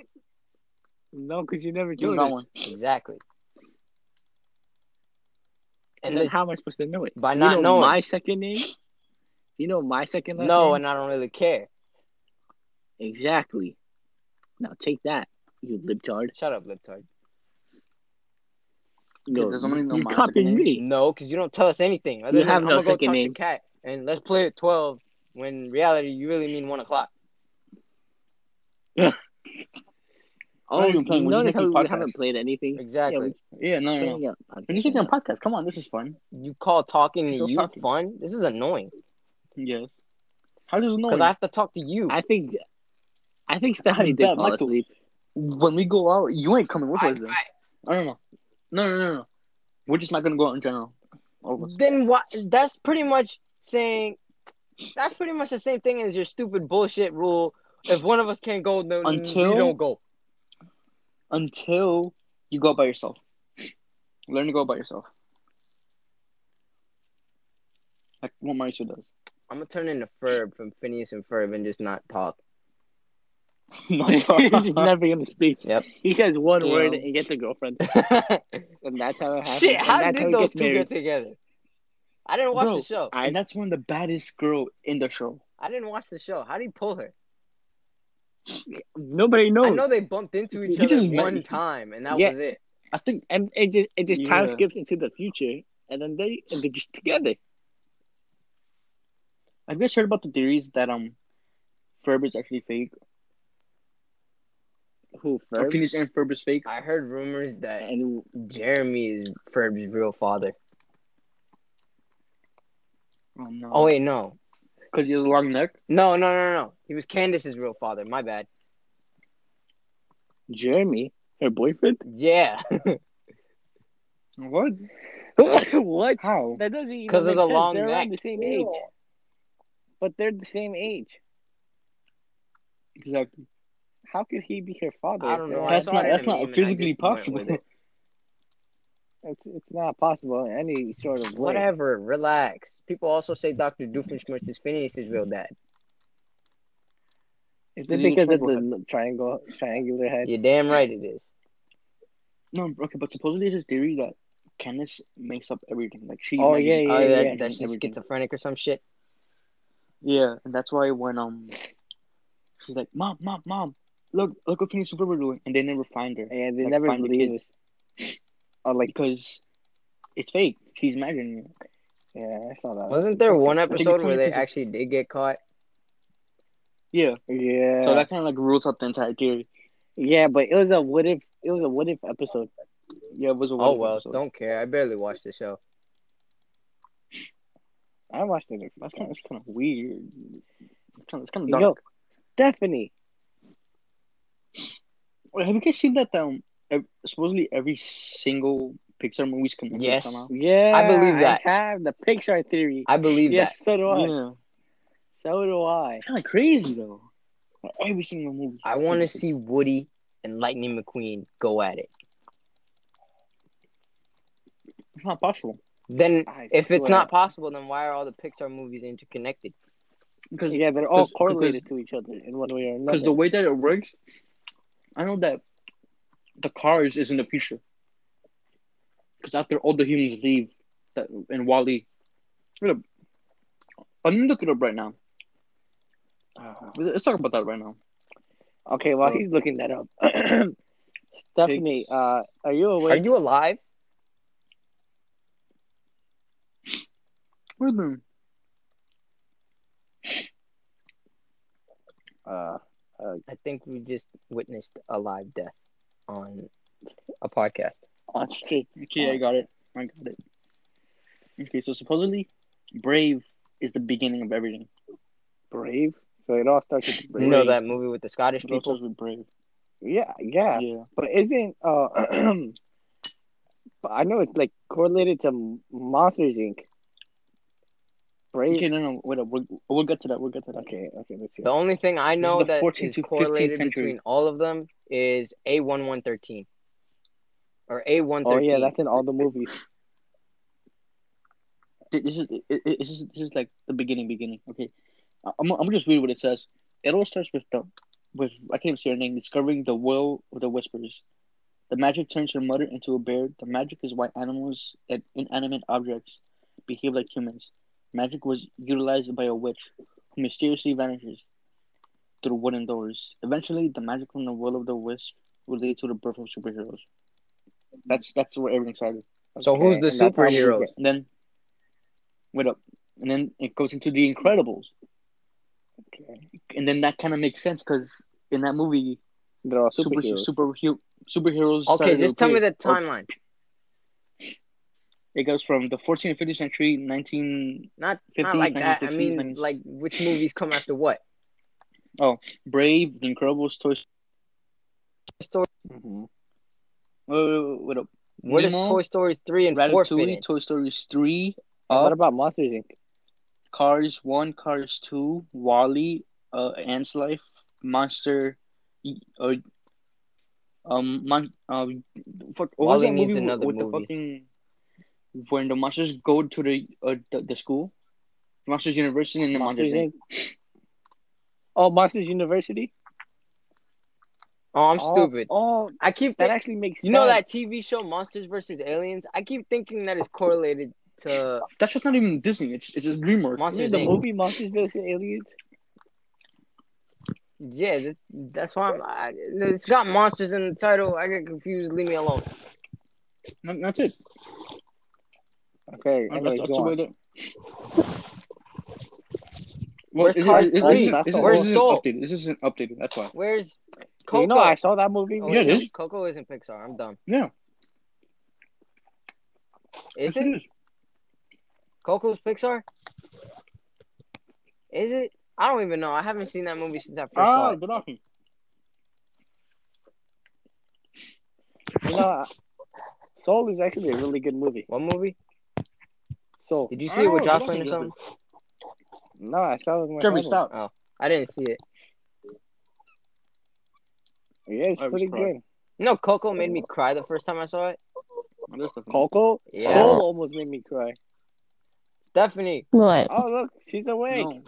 Speaker 1: No, because you never
Speaker 5: You
Speaker 1: told
Speaker 5: got
Speaker 1: us.
Speaker 5: one.
Speaker 2: Exactly.
Speaker 1: And
Speaker 2: And
Speaker 1: then
Speaker 2: the,
Speaker 1: how am I supposed to know it?
Speaker 2: By
Speaker 1: you
Speaker 2: not
Speaker 1: know
Speaker 2: knowing.
Speaker 1: my second name. You know my second last
Speaker 2: no,
Speaker 1: name.
Speaker 2: and I don't really care.
Speaker 1: exactly. Now take that, you libtard.
Speaker 2: Shut up, libtard.
Speaker 1: Yo,
Speaker 5: does somebody know
Speaker 1: you
Speaker 5: my
Speaker 1: copied
Speaker 5: second name?
Speaker 1: me.
Speaker 2: No, because you don't tell us anything. Other
Speaker 1: You
Speaker 2: than
Speaker 1: have
Speaker 2: I'm
Speaker 1: no
Speaker 2: gonna go
Speaker 1: second
Speaker 2: talk
Speaker 1: name.
Speaker 2: to Cat and let's play at twelve. When in reality, you really mean one o'clock.
Speaker 5: We're not even playing.
Speaker 1: Oh, you
Speaker 5: We're
Speaker 1: notice
Speaker 5: just
Speaker 1: how
Speaker 5: making
Speaker 1: we
Speaker 5: podcasts.
Speaker 1: haven't played anything.
Speaker 2: Exactly.
Speaker 5: Yeah, no, no,
Speaker 1: Playing
Speaker 5: no.
Speaker 1: out
Speaker 5: We're just making a
Speaker 1: podcast.
Speaker 5: podcast. Come on, this is fun.
Speaker 2: you call talking
Speaker 5: It's
Speaker 2: to
Speaker 5: so
Speaker 2: you
Speaker 5: sucky.
Speaker 2: fun? This is annoying.
Speaker 5: Yes. How does it know?
Speaker 2: Because I have to talk to you.
Speaker 1: I think, I think Stephanie
Speaker 5: bad
Speaker 1: did fall
Speaker 5: Michael.
Speaker 1: asleep.
Speaker 5: when we go out, you ain't coming with
Speaker 2: I-
Speaker 5: us. Then. I don't know. No, no, no, no. We're just not gonna go out in general. All of us.
Speaker 2: then what? That's pretty much saying. That's pretty much the same thing as your stupid bullshit rule. If one of us can't go, then
Speaker 5: Until-
Speaker 2: we don't go.
Speaker 5: Until you go by yourself. Learn to go by yourself. Like what Marisha does. [laughs]
Speaker 2: I'm gonna turn into Ferb from Phineas and Ferb and just not [laughs] talk.
Speaker 1: [laughs]
Speaker 5: Not
Speaker 1: He's
Speaker 5: talk.
Speaker 1: just never gonna speak.
Speaker 2: Yep.
Speaker 1: He says one
Speaker 5: Yeah.
Speaker 1: word and gets a girlfriend, and that's how it happens.
Speaker 2: Shit!
Speaker 1: and
Speaker 2: How
Speaker 1: that's
Speaker 2: did
Speaker 1: he
Speaker 2: those
Speaker 1: gets
Speaker 2: two
Speaker 1: married.
Speaker 2: get together? I didn't watch
Speaker 5: Bro,
Speaker 2: the show. I...
Speaker 5: and that's one of the baddest girl in the show.
Speaker 2: didn't watch the show. How did he pull her?
Speaker 1: Nobody knows.
Speaker 2: I know they bumped into each
Speaker 5: He
Speaker 2: other
Speaker 5: just met-
Speaker 2: one time, and that
Speaker 1: Yeah.
Speaker 2: was it.
Speaker 5: I think
Speaker 1: and it just it just time
Speaker 5: Yeah.
Speaker 1: skips into the future, and then they and they're just together.
Speaker 5: I've just heard about the theories that um Ferb is actually fake.
Speaker 1: Who
Speaker 5: Or
Speaker 1: first?
Speaker 5: Phoenix and Ferb is fake.
Speaker 2: I heard rumors that
Speaker 1: And
Speaker 2: Jeremy is Ferb's real father.
Speaker 5: Oh no.
Speaker 2: Oh wait, no,
Speaker 5: Because he has a long neck.
Speaker 2: No, no, no, no. He was Candace's real father. My bad.
Speaker 1: Jeremy, her boyfriend.
Speaker 2: Yeah, [laughs]
Speaker 5: [laughs] What?
Speaker 1: what?
Speaker 5: How?
Speaker 1: That doesn't even
Speaker 2: 'Cause of
Speaker 1: make
Speaker 2: the
Speaker 1: sense.
Speaker 2: long
Speaker 1: they're around
Speaker 2: neck.
Speaker 1: the same age, but they're the same age.
Speaker 5: Exactly.
Speaker 1: How could he be her father?
Speaker 2: I don't know.
Speaker 5: That's
Speaker 2: I saw
Speaker 5: not-
Speaker 2: it in
Speaker 5: that's
Speaker 2: a
Speaker 5: not
Speaker 2: meme and I
Speaker 5: physically
Speaker 2: just went with
Speaker 5: [laughs] possible.
Speaker 2: it.
Speaker 1: It's, it's not possible in any sort of way.
Speaker 2: Whatever. Relax. People also say Doctor Doofenshmirtz is Phineas's real dad.
Speaker 1: Is
Speaker 5: Then
Speaker 1: it
Speaker 5: he
Speaker 1: because of
Speaker 5: was purple
Speaker 1: the triangle, triangular head?
Speaker 2: You're damn right it is.
Speaker 5: No, okay, but supposedly there's a theory that Candace makes up everything. Like she.
Speaker 1: Oh,
Speaker 5: like,
Speaker 1: yeah,
Speaker 2: Oh,
Speaker 1: yeah,
Speaker 2: that,
Speaker 1: yeah.
Speaker 2: that's just
Speaker 5: Everything.
Speaker 2: schizophrenic or some shit.
Speaker 5: Yeah, and that's why when um, she's like, "Mom, mom, mom, look, look what Phoenix and Ferb are doing," and they never find her
Speaker 1: Yeah, they
Speaker 5: Like,
Speaker 1: never
Speaker 5: find the
Speaker 1: believe
Speaker 5: kids.
Speaker 1: it. Or like,
Speaker 5: because it's fake. She's imagining it.
Speaker 1: yeah, I saw that.
Speaker 2: Wasn't there one
Speaker 5: think
Speaker 2: episode
Speaker 5: it's
Speaker 2: where they
Speaker 5: something-
Speaker 2: actually did get caught?
Speaker 5: Yeah.
Speaker 1: Yeah,
Speaker 5: So that kind of like rules out the entire theory.
Speaker 1: yeah, but it was a what if. It was a what if episode.
Speaker 5: Yeah, it was a
Speaker 2: Oh
Speaker 5: one-off
Speaker 2: well,
Speaker 5: episode.
Speaker 2: don't care. I barely watched the show.
Speaker 1: I watched it.
Speaker 5: That's kind of that's kind of weird. It's kind of, it's kind of
Speaker 1: Yo,
Speaker 5: dark.
Speaker 1: Stephanie.
Speaker 5: Wait, have you guys seen that um? ev- supposedly every single Pixar movie's connected
Speaker 2: Yes.
Speaker 5: somehow.
Speaker 1: Yeah,
Speaker 2: I believe that.
Speaker 1: I have the Pixar theory.
Speaker 2: I believe
Speaker 1: yes,
Speaker 2: that. Mm.
Speaker 1: so do I.
Speaker 5: Yeah.
Speaker 1: So do I.
Speaker 5: It's kind of crazy though. Like, every single movie.
Speaker 2: I want to see Woody and Lightning McQueen go at it.
Speaker 5: It's not possible
Speaker 2: Then,
Speaker 1: I
Speaker 2: if it's
Speaker 1: swear.
Speaker 2: not possible, then why are all the Pixar movies interconnected?
Speaker 5: because
Speaker 1: Yeah, they're all
Speaker 5: Because-
Speaker 1: correlated to each other in one way or another.
Speaker 5: Because the way that it works, I know that the cars is in the future. Because after all the humans leave, that and Wally, look, I mean, look it up right now. Let's talk about that right now.
Speaker 1: Uh-huh. Okay, while he's looking that up, [clears throat] Stephanie, uh, are you awake?
Speaker 2: Are you alive?
Speaker 5: Wait a minute.
Speaker 1: Uh,
Speaker 2: I think we just witnessed a live death on a podcast.
Speaker 1: on street.
Speaker 5: Okay, I got it. I got it. Okay, so supposedly, Brave is the beginning of everything.
Speaker 1: Brave. So it all starts with Brave.
Speaker 2: You know that movie with the Scottish
Speaker 5: It all
Speaker 2: people?
Speaker 5: starts with Brave.
Speaker 2: Mm.
Speaker 1: Yeah, yeah.
Speaker 5: Yeah.
Speaker 1: But isn't uh, [clears throat] but I know it's like correlated to Monsters Inc. right?
Speaker 5: Okay, no, no, wait up. We'll, we'll get to that. We'll get to that.
Speaker 1: Okay, okay, let's see.
Speaker 2: The only thing I
Speaker 5: is
Speaker 2: know
Speaker 5: the
Speaker 2: that
Speaker 5: 14th
Speaker 2: is
Speaker 5: to 15th
Speaker 2: correlated
Speaker 5: century.
Speaker 2: between all of them is A1113 or A113.
Speaker 1: Oh yeah, that's in all the movies.
Speaker 5: Th- This is i- i- this is this is like the beginning, beginning. Okay, I- I'm I'm gonna just read what it says. It all starts with the with I can't even say her name. Discovering the will of the whispers. The magic turns her mother into a bear. The magic is why animals and inanimate objects behave like humans. Magic was utilized by a witch who mysteriously vanishes through wooden doors. Eventually, the magic from the will of the wisp will lead to the birth of superheroes. That's that's where everything started.
Speaker 2: So who's the
Speaker 1: and that's how we
Speaker 2: superheroes?
Speaker 5: And then wait up, and then it goes into the Incredibles,
Speaker 1: Okay.
Speaker 5: and then that kind of makes sense because in that movie,
Speaker 1: They're all
Speaker 5: super
Speaker 1: superheroes.
Speaker 5: super superheroes.
Speaker 2: Okay,
Speaker 5: started to
Speaker 2: just tell me
Speaker 5: appear. Oh,
Speaker 2: the timeline.
Speaker 5: It goes from the 14th and 15th century, 19
Speaker 2: Not,
Speaker 5: 15s,
Speaker 2: not like that. I
Speaker 5: 16s,
Speaker 2: mean,
Speaker 5: 19s.
Speaker 2: like which movies come after what?
Speaker 5: Brave, The Incredibles, Toy. Story-
Speaker 2: Story-
Speaker 1: Mhm.
Speaker 5: Wait, wait, wait, wait up.
Speaker 2: What does
Speaker 5: Nemo,
Speaker 2: Toy Story three and four fit in?
Speaker 5: Ratatouille, Toy Stories three,
Speaker 2: Oh.
Speaker 1: And what
Speaker 5: Up,
Speaker 1: about Monsters Inc?
Speaker 5: Cars one, Cars two, Wally, uh, Ants Life, Monster, uh, um, mon- um, fuck, what was
Speaker 2: Wall-E
Speaker 5: that
Speaker 2: needs
Speaker 5: movie
Speaker 2: another
Speaker 5: with
Speaker 2: movie.
Speaker 5: the fucking when the monsters go to the uh, the, the school, Monsters University, and the Monsters.
Speaker 1: Monsters
Speaker 5: Inc.
Speaker 1: Inc. Oh, Monsters University.
Speaker 2: Oh, I'm
Speaker 1: Oh,
Speaker 2: stupid.
Speaker 1: Oh,
Speaker 2: I keep
Speaker 1: that
Speaker 2: thi-
Speaker 1: actually makes
Speaker 2: you
Speaker 1: sense.
Speaker 2: know that TV show Monsters versus Aliens. I keep thinking that is correlated to
Speaker 5: That's just not even Disney. It's it's just DreamWorks.
Speaker 1: You mean
Speaker 2: Monsters
Speaker 1: the
Speaker 2: Inc.
Speaker 1: movie Monsters vs. Aliens?
Speaker 2: Yeah, that, that's why I'm, I, it's got monsters in the title. I get confused. Leave me alone.
Speaker 5: That- That's it.
Speaker 1: Okay,
Speaker 5: Oh, That's,
Speaker 1: anyways,
Speaker 5: that's
Speaker 1: go
Speaker 5: the way
Speaker 1: on.
Speaker 5: that. Well,
Speaker 2: Where's
Speaker 5: is,
Speaker 2: Cars
Speaker 5: is, is,
Speaker 1: three?
Speaker 5: is,
Speaker 1: That's
Speaker 5: this
Speaker 1: the
Speaker 5: isn't
Speaker 2: worst soul.
Speaker 5: updated. This isn't updated. That's why.
Speaker 2: Where's Coco?
Speaker 1: Yeah, You know, I saw that movie.
Speaker 2: Oh,
Speaker 5: Yeah,
Speaker 2: wait,
Speaker 5: it
Speaker 2: no,
Speaker 5: is.
Speaker 2: Coco isn't Pixar. I'm dumb.
Speaker 5: Yeah,
Speaker 2: Is
Speaker 5: yes,
Speaker 2: it?
Speaker 5: is.
Speaker 2: Coco's Pixar? Is it? I don't even know. I haven't seen that movie since I first saw
Speaker 5: Ah,
Speaker 2: it.
Speaker 5: good off me.
Speaker 1: You know, I- Soul is actually a really good movie.
Speaker 2: What movie?
Speaker 1: Soul.
Speaker 2: Did you see it with
Speaker 5: Oh,
Speaker 2: Jocelyn or
Speaker 5: okay.
Speaker 2: something?
Speaker 1: No, I saw it with my family.
Speaker 5: Jeremy, stop.
Speaker 2: I didn't see it.
Speaker 1: Yeah, it's
Speaker 5: I was
Speaker 1: pretty
Speaker 5: crying.
Speaker 1: good.
Speaker 2: You know, Coco made me cry the first time I saw it.
Speaker 1: Coco.
Speaker 2: Yeah.
Speaker 1: Soul almost made me cry.
Speaker 2: Stephanie,
Speaker 3: What?
Speaker 1: Oh look, she's awake.
Speaker 5: No.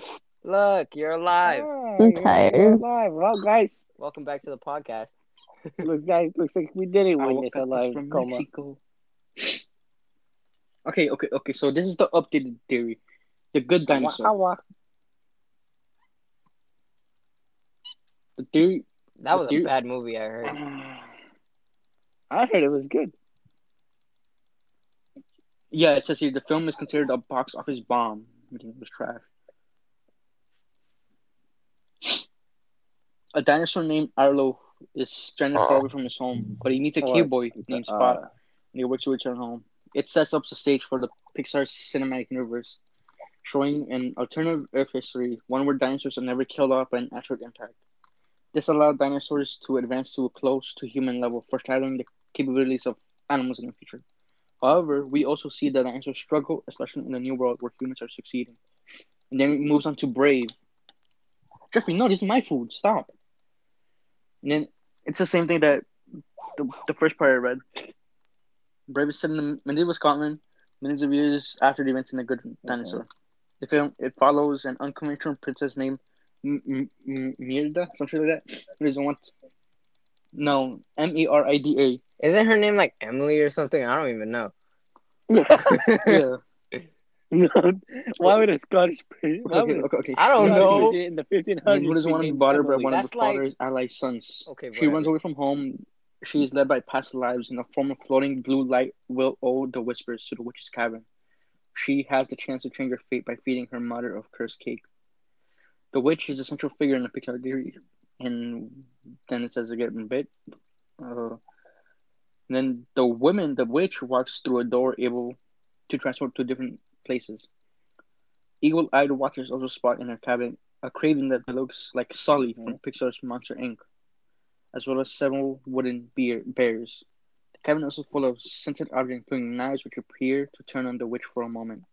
Speaker 2: look, you're alive.
Speaker 1: Ah,
Speaker 3: I'm
Speaker 1: you're
Speaker 3: tired.
Speaker 1: Alive. Well, guys,
Speaker 2: Welcome back to the podcast.
Speaker 1: look, guys, looks like we didn't
Speaker 5: I
Speaker 1: witness
Speaker 5: woke
Speaker 1: a
Speaker 5: up
Speaker 1: live
Speaker 5: from
Speaker 1: coma.
Speaker 5: Mexico. Okay, okay, okay. So this is the updated theory. The good
Speaker 1: Wah,
Speaker 5: dinosaur.
Speaker 1: wah.
Speaker 5: The [sighs] theory.
Speaker 2: That was a
Speaker 5: Dude.
Speaker 2: bad movie, I heard.
Speaker 1: I heard it was good.
Speaker 5: Yeah, it says here the film is considered a box office bomb. It was trash. A dinosaur named Arlo is stranded far away from his home, but he meets a
Speaker 1: Or-
Speaker 5: cowboy named Spot,
Speaker 1: Uh,
Speaker 5: and he works to return home. It sets up the stage for the Pixar cinematic universe, showing an alternative Earth history, one where dinosaurs are never killed off by an asteroid impact. This allowed dinosaurs to advance to a close to human level, foreshadowing the capabilities of animals in the future. However, we also see that dinosaurs struggle, especially in the new world where humans are succeeding. And then it moves on to Brave. Jeffrey, no, this is my food. Stop. And then it's the same thing that the, the first part I read. Brave is set in the medieval Scotland, millions of years after the events in The Good Dinosaur. The film it follows an unconventional princess named M- M- M- Mirda, something like that. Who doesn't want? No, M E R I D
Speaker 2: Isn't her name like Emily or something? I don't even know.
Speaker 5: A.
Speaker 2: [laughs]
Speaker 5: Yeah.
Speaker 1: [laughs] why would a Scottish [laughs] person?
Speaker 5: Okay,
Speaker 1: Why
Speaker 5: okay,
Speaker 1: would a
Speaker 5: okay, Oh, okay.
Speaker 2: I don't
Speaker 1: Scottish
Speaker 2: know.
Speaker 1: person in the 1500s?
Speaker 5: Who doesn't want to be bothered by
Speaker 1: Emily?
Speaker 5: one of
Speaker 2: That's
Speaker 5: the
Speaker 2: like-
Speaker 5: father's allied sons?
Speaker 2: Okay,
Speaker 5: She runs
Speaker 2: whatever.
Speaker 5: away from home. She is led by past lives, and a form of floating blue light will owe the whispers to the witch's cabin. She has the chance to change her fate by feeding her mother of cursed cake. The witch is a central figure in the Pixar theory, and then it says again a bit. Uh, then the woman, the witch, walks through a door able to transport to different places. Eagle-eyed watchers also spot in her cabin a craving that looks like Sully from Pixar's Monster Inc., as well as several wooden beer- bears. The cabin is also full of scented objects, including knives, which appear to turn on the witch for a moment.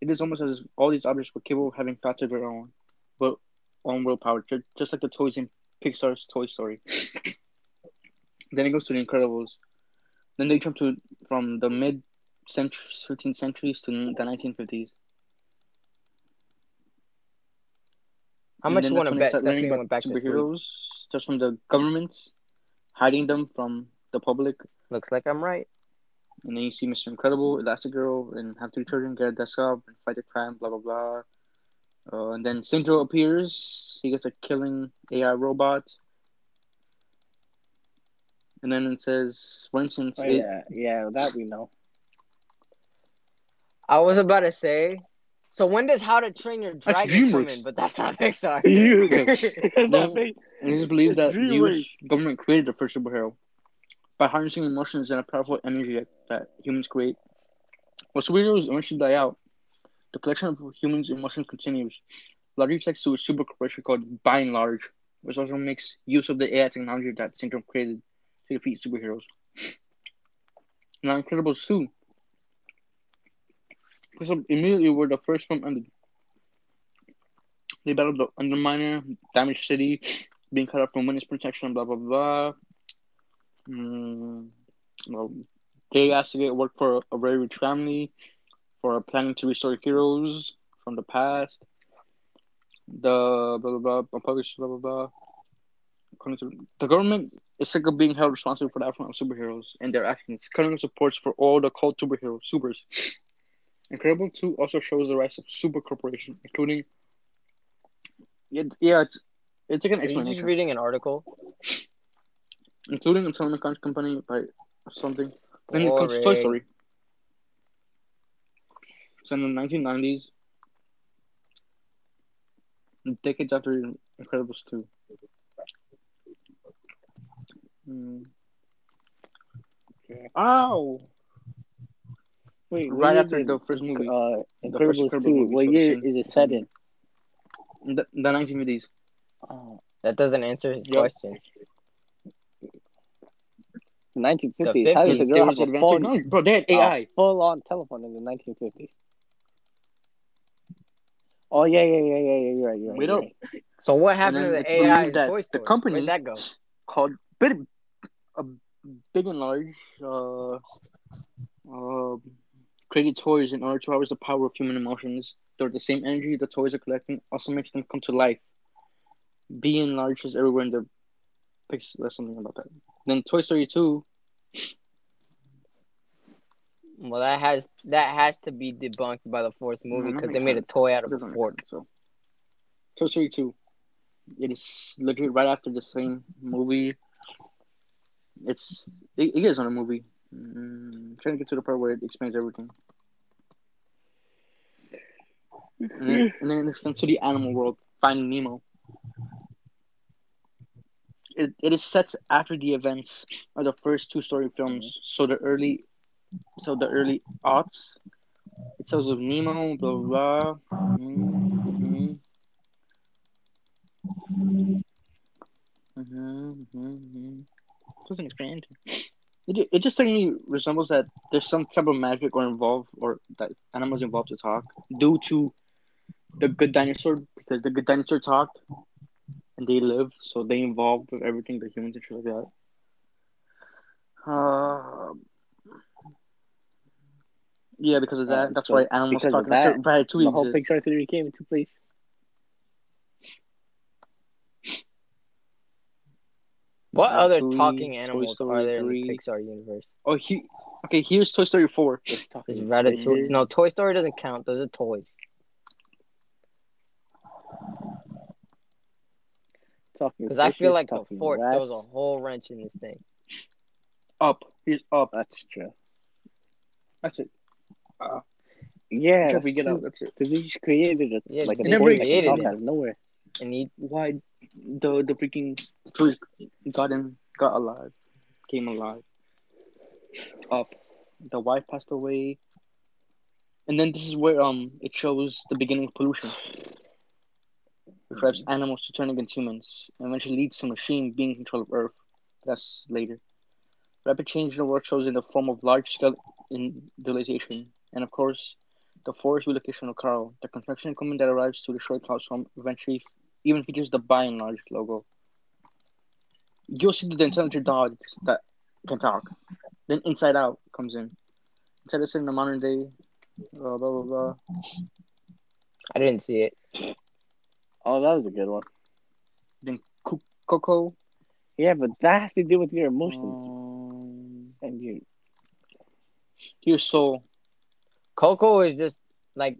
Speaker 5: It is almost as if all these objects were capable of having thoughts of their own, but own willpower, ju- just like the toys in Pixar's Toy Story. [coughs] then it goes to the Incredibles. Then they jump to from the mid 13th centuries to the 1950s.
Speaker 2: How
Speaker 5: And
Speaker 2: much
Speaker 5: then
Speaker 2: you
Speaker 5: that's
Speaker 2: want to
Speaker 5: when they
Speaker 2: bet
Speaker 5: start
Speaker 2: Stephanie
Speaker 5: learning
Speaker 2: went back
Speaker 5: about
Speaker 2: to sleep?
Speaker 5: superheroes, just from the governments, hiding them from the public.
Speaker 2: Looks like I'm right.
Speaker 5: And then you see Mr. Incredible, Elastigirl, and have three children, get a desk job, and fight the crime, blah, blah, blah. Uh, and then Syndro appears. He gets a killing AI robot. And then it says, for instance,
Speaker 1: Oh,
Speaker 5: it-
Speaker 1: yeah, yeah, that we
Speaker 5: [laughs]
Speaker 1: know.
Speaker 2: I was about to say. So when does How to Train Your Dragon come
Speaker 5: DreamWorks.
Speaker 2: in? But that's not [laughs] Pixar.
Speaker 1: [laughs] You,
Speaker 5: No.
Speaker 1: that big.
Speaker 5: And it is believed that the
Speaker 1: Really?
Speaker 5: U.S. government created the first superhero by harnessing emotions and a powerful energy that, that humans create. While superheroes eventually die out, the collection of humans' emotions continues. Large takes to a super corporation called By and Large, which also makes use of the AI technology that Syndrome created to defeat superheroes. Now, Incredibles 2. Because of- immediately where the first film ended, they battled the Underminer, Damage City, being cut off from witness protection, blah blah blah. Mm, well, they asked to get work for a very rich family for planning to restore heroes from the past. The blah blah blah unpublished blah blah blah. According to the government is sick of being held responsible for the outcome of superheroes and their actions, cutting off supports for all the cult superheroes supers. Incredible 2 also shows the rise of super corporation, including yeah, yeah it's it's like an
Speaker 2: Are you just
Speaker 5: explanation
Speaker 2: reading an article?
Speaker 5: including a telecoms company by something. Then it comes to
Speaker 2: Boring.
Speaker 5: Toy Story. So in the 1990s, decades after Incredibles 2. Mm,
Speaker 1: Ow! Wait, what
Speaker 5: Right
Speaker 1: year
Speaker 5: after
Speaker 1: did,
Speaker 5: the first movie,
Speaker 1: uh,
Speaker 5: the first
Speaker 1: Incredibles
Speaker 5: Incredible
Speaker 1: two.
Speaker 5: movie,
Speaker 1: What
Speaker 5: so
Speaker 1: year
Speaker 5: it's in-
Speaker 1: is it set in?
Speaker 5: in the, the 1950s.
Speaker 1: Oh,
Speaker 2: That doesn't answer his
Speaker 5: Yep.
Speaker 2: question.
Speaker 1: 1950s.
Speaker 2: The
Speaker 1: How does a
Speaker 2: 50s,
Speaker 5: There
Speaker 1: girl
Speaker 5: was
Speaker 1: have a
Speaker 5: advanced
Speaker 1: phone?
Speaker 5: technology. Oh, Bro, they
Speaker 1: Oh.
Speaker 5: had AI.
Speaker 1: full on telephone in the 1950s. Oh yeah, yeah, yeah, yeah, yeah. You're right. You're right. you're
Speaker 5: We don't-
Speaker 1: right.
Speaker 2: So what happened to
Speaker 5: then
Speaker 2: the
Speaker 5: it's
Speaker 2: AI in
Speaker 5: believed that
Speaker 2: Toy
Speaker 5: the
Speaker 2: Story?
Speaker 5: company-
Speaker 2: Where'd that go?
Speaker 5: called big, a big and large uh, uh, created toys in order to harvest the power of human emotions. They're the same energy the toys are collecting also makes them come to life. Be and large is everywhere in the picture. There's something about that. Then Toy Story two.
Speaker 2: Well, that has that has to be debunked by the fourth movie
Speaker 5: that
Speaker 2: because they
Speaker 5: makes
Speaker 2: made a
Speaker 5: sense.
Speaker 2: toy out of
Speaker 5: doesn't
Speaker 2: a
Speaker 5: make
Speaker 2: fork.
Speaker 5: sense, So Toy Story two. It is literally right after the same movie. It's it, it is on a movie. Mm, trying to get to the part where it explains everything. And then, and then it extends to the animal world, finding Nemo. It, it is set after the events of the first two story films, so the early, so the early aughts. It tells of Nemo, blah blah. blah. Mm-hmm. Mm-hmm. Doesn't expand. It, ju- it just technically resembles that there's some type of magic or involved or that animals involved to talk due to the good dinosaur because the good dinosaur talked and they live, so they involved with everything the humans and shit like that. Uh, yeah, because of
Speaker 1: Uh,
Speaker 5: that, that's
Speaker 1: so
Speaker 5: why animals
Speaker 1: because of
Speaker 5: talk. and That's
Speaker 1: that,
Speaker 5: why
Speaker 1: The
Speaker 5: Ratatouille
Speaker 1: whole
Speaker 5: exists.
Speaker 1: Pixar theory came into place.
Speaker 2: What
Speaker 5: Toy
Speaker 2: other
Speaker 5: Story,
Speaker 2: talking
Speaker 5: Toy
Speaker 2: animals
Speaker 5: Story
Speaker 2: are there in the
Speaker 5: three.
Speaker 2: Pixar universe?
Speaker 5: Oh, he okay. Here's Toy Story four.
Speaker 1: It's talking
Speaker 2: Is
Speaker 1: crazy.
Speaker 2: Ratatouille? No, Toy Story doesn't count. Those are toys.
Speaker 1: Talking
Speaker 2: Because I
Speaker 1: fishes,
Speaker 2: feel like the
Speaker 1: talking
Speaker 2: fork
Speaker 1: rats.
Speaker 2: throws a whole wrench in this thing.
Speaker 5: Up. Here's up.
Speaker 1: That's true.
Speaker 5: That's it.
Speaker 1: Yeah,
Speaker 5: Jeffrey, get out. That's it.
Speaker 1: Because they just created it
Speaker 2: Yeah,
Speaker 1: like a
Speaker 5: they never
Speaker 1: toy that
Speaker 2: created
Speaker 1: can come
Speaker 2: it.
Speaker 1: out of nowhere.
Speaker 2: And he,
Speaker 5: Why the the freaking toys got him got alive, came alive. Up. The wife passed away. And then this is where um it shows the beginning of pollution. Which drives animals to turn against humans and eventually leads to machine being in control of Earth. That's later. Rapid change in the world shows in the form of large scale industrialization and of course The forced relocation of Carl, the construction equipment that arrives to destroy Carl's home, eventually even features the by and large logo. You'll see the intelligent dog that can talk. Then Inside Out comes in. Inside Out's in the modern day. uh, Blah blah blah. blah.
Speaker 2: I didn't see it.
Speaker 1: Oh, that was a good one.
Speaker 5: Coco.
Speaker 1: Yeah, but that has to do with your
Speaker 5: Oh.
Speaker 1: emotions
Speaker 5: Um,
Speaker 1: and you.
Speaker 5: here's Soul.
Speaker 2: Coco is just like,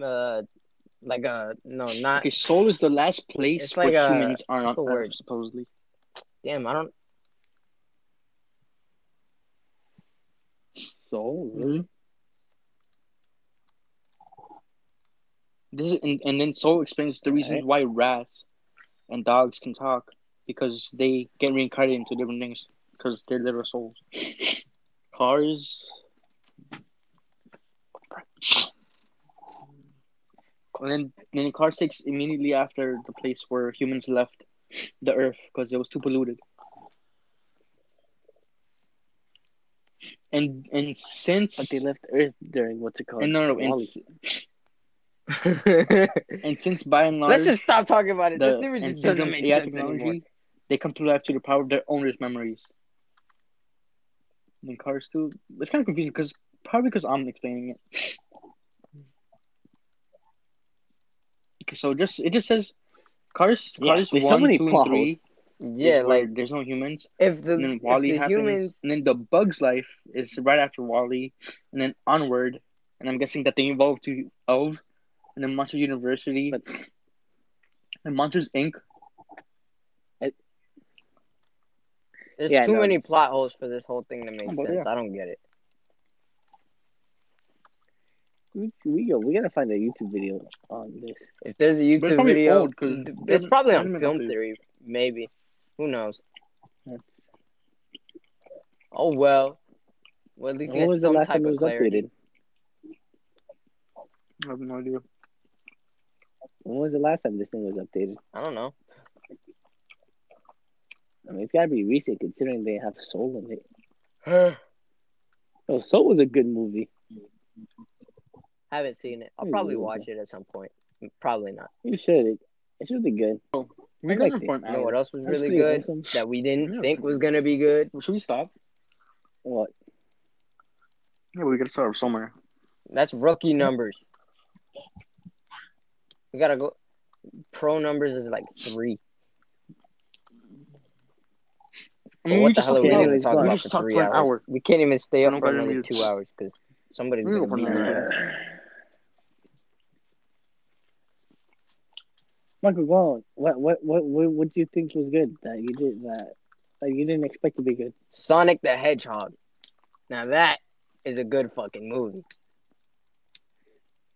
Speaker 2: uh, like a no, not
Speaker 5: Okay, Soul is the last place
Speaker 2: It's
Speaker 5: where
Speaker 2: like a-
Speaker 5: humans are
Speaker 2: what's
Speaker 5: not
Speaker 2: the word?
Speaker 5: supposedly.
Speaker 2: damn. I
Speaker 1: [laughs]
Speaker 2: don't. [laughs]
Speaker 1: Soul.
Speaker 5: Mm-hmm. This is, and, and then Soul explains the reasons why rats and dogs can talk because they get reincarnated into different things because they're little souls. Cars. And then, then Car 6 immediately after the place where humans left the earth because it was too polluted. And and since
Speaker 1: But they left Earth during what's it
Speaker 2: Oh,
Speaker 1: called?
Speaker 5: and no, no, and,
Speaker 1: Wall-E.
Speaker 5: s- and since by and large,
Speaker 2: Let's just stop talking about it.
Speaker 5: the-
Speaker 2: this never
Speaker 5: and
Speaker 2: just
Speaker 5: since
Speaker 2: doesn't
Speaker 5: the
Speaker 2: make
Speaker 5: AI
Speaker 2: sense anymore.
Speaker 5: they come to life through the power of their owner's memories. And Cars too. It's kind of confusing because probably because I'm explaining it. Okay, so just it just says Cars,
Speaker 1: Yeah,
Speaker 5: Cars
Speaker 1: there's so
Speaker 5: one,
Speaker 1: many
Speaker 5: two,
Speaker 1: plot
Speaker 5: and three. is
Speaker 2: Yeah,
Speaker 5: where
Speaker 2: like
Speaker 5: there's no humans.
Speaker 2: if the,
Speaker 5: and then
Speaker 2: if
Speaker 5: Wally
Speaker 2: the
Speaker 5: happens,
Speaker 2: humans
Speaker 5: and then the Bugs life is right after Wally, and then onward, and I'm guessing that they evolved to Elf, and then Monster University,
Speaker 1: But-
Speaker 5: and Monsters Inc.
Speaker 2: There's
Speaker 1: Yeah,
Speaker 2: too
Speaker 1: no,
Speaker 2: many
Speaker 1: it's-
Speaker 2: plot holes for this whole thing to make
Speaker 5: Oh, but
Speaker 2: sense. I don't get it.
Speaker 1: We, we go. We gotta find a YouTube video on this.
Speaker 2: If there's a
Speaker 5: But it's
Speaker 2: YouTube
Speaker 5: probably
Speaker 2: video,
Speaker 5: old, 'cause
Speaker 2: th-
Speaker 5: they
Speaker 2: it's
Speaker 5: haven't-
Speaker 2: probably
Speaker 5: they
Speaker 2: on
Speaker 5: haven't
Speaker 2: Film
Speaker 5: updated.
Speaker 2: Theory, maybe. Who knows?
Speaker 1: That's,
Speaker 2: Oh well. Well, at least
Speaker 1: when
Speaker 2: it's
Speaker 1: was the
Speaker 2: some
Speaker 1: last
Speaker 2: type
Speaker 1: time it
Speaker 2: of
Speaker 1: was
Speaker 2: clarity.
Speaker 1: updated?
Speaker 5: I have no idea.
Speaker 1: When was the last time this thing was updated?
Speaker 2: I don't know.
Speaker 1: I mean, it's gotta be recent considering they have Soul in it. Oh, Soul was a good movie.
Speaker 2: Haven't seen it. I'll
Speaker 1: Hmm,
Speaker 2: probably
Speaker 1: okay.
Speaker 2: watch it at some point. Probably not.
Speaker 1: You should. It, it should be good.
Speaker 5: We
Speaker 1: I
Speaker 5: got
Speaker 1: liked
Speaker 5: it
Speaker 1: it.
Speaker 5: for an
Speaker 2: You know
Speaker 5: hour.
Speaker 2: what else was
Speaker 1: That's
Speaker 2: really
Speaker 1: pretty
Speaker 2: good
Speaker 1: wholesome.
Speaker 2: that we didn't
Speaker 5: Yeah.
Speaker 2: think was gonna be good?
Speaker 5: Should we stop?
Speaker 1: What?
Speaker 5: Yeah, we gotta start somewhere.
Speaker 2: That's rookie numbers. We gotta go. Pro numbers is like three.
Speaker 5: I
Speaker 2: But
Speaker 5: mean,
Speaker 2: what
Speaker 5: Mm, we
Speaker 2: the
Speaker 5: just
Speaker 2: hell are we
Speaker 1: talking
Speaker 5: okay,
Speaker 2: gonna
Speaker 5: anyways,
Speaker 2: talk
Speaker 5: we
Speaker 2: about
Speaker 5: just
Speaker 2: for
Speaker 5: talked
Speaker 2: three
Speaker 5: for an
Speaker 2: hours?
Speaker 5: hour.
Speaker 2: We can't even stay up
Speaker 5: Nobody
Speaker 2: for another
Speaker 5: needs-
Speaker 2: two hours because somebody's
Speaker 5: We
Speaker 2: gonna
Speaker 5: don't
Speaker 2: beat
Speaker 5: want
Speaker 2: us.
Speaker 5: that.
Speaker 1: Michael, go on. What? What? What? What? What do you think was good that you did that? Like you didn't expect to be good.
Speaker 2: Sonic the Hedgehog. Now that is a good fucking movie.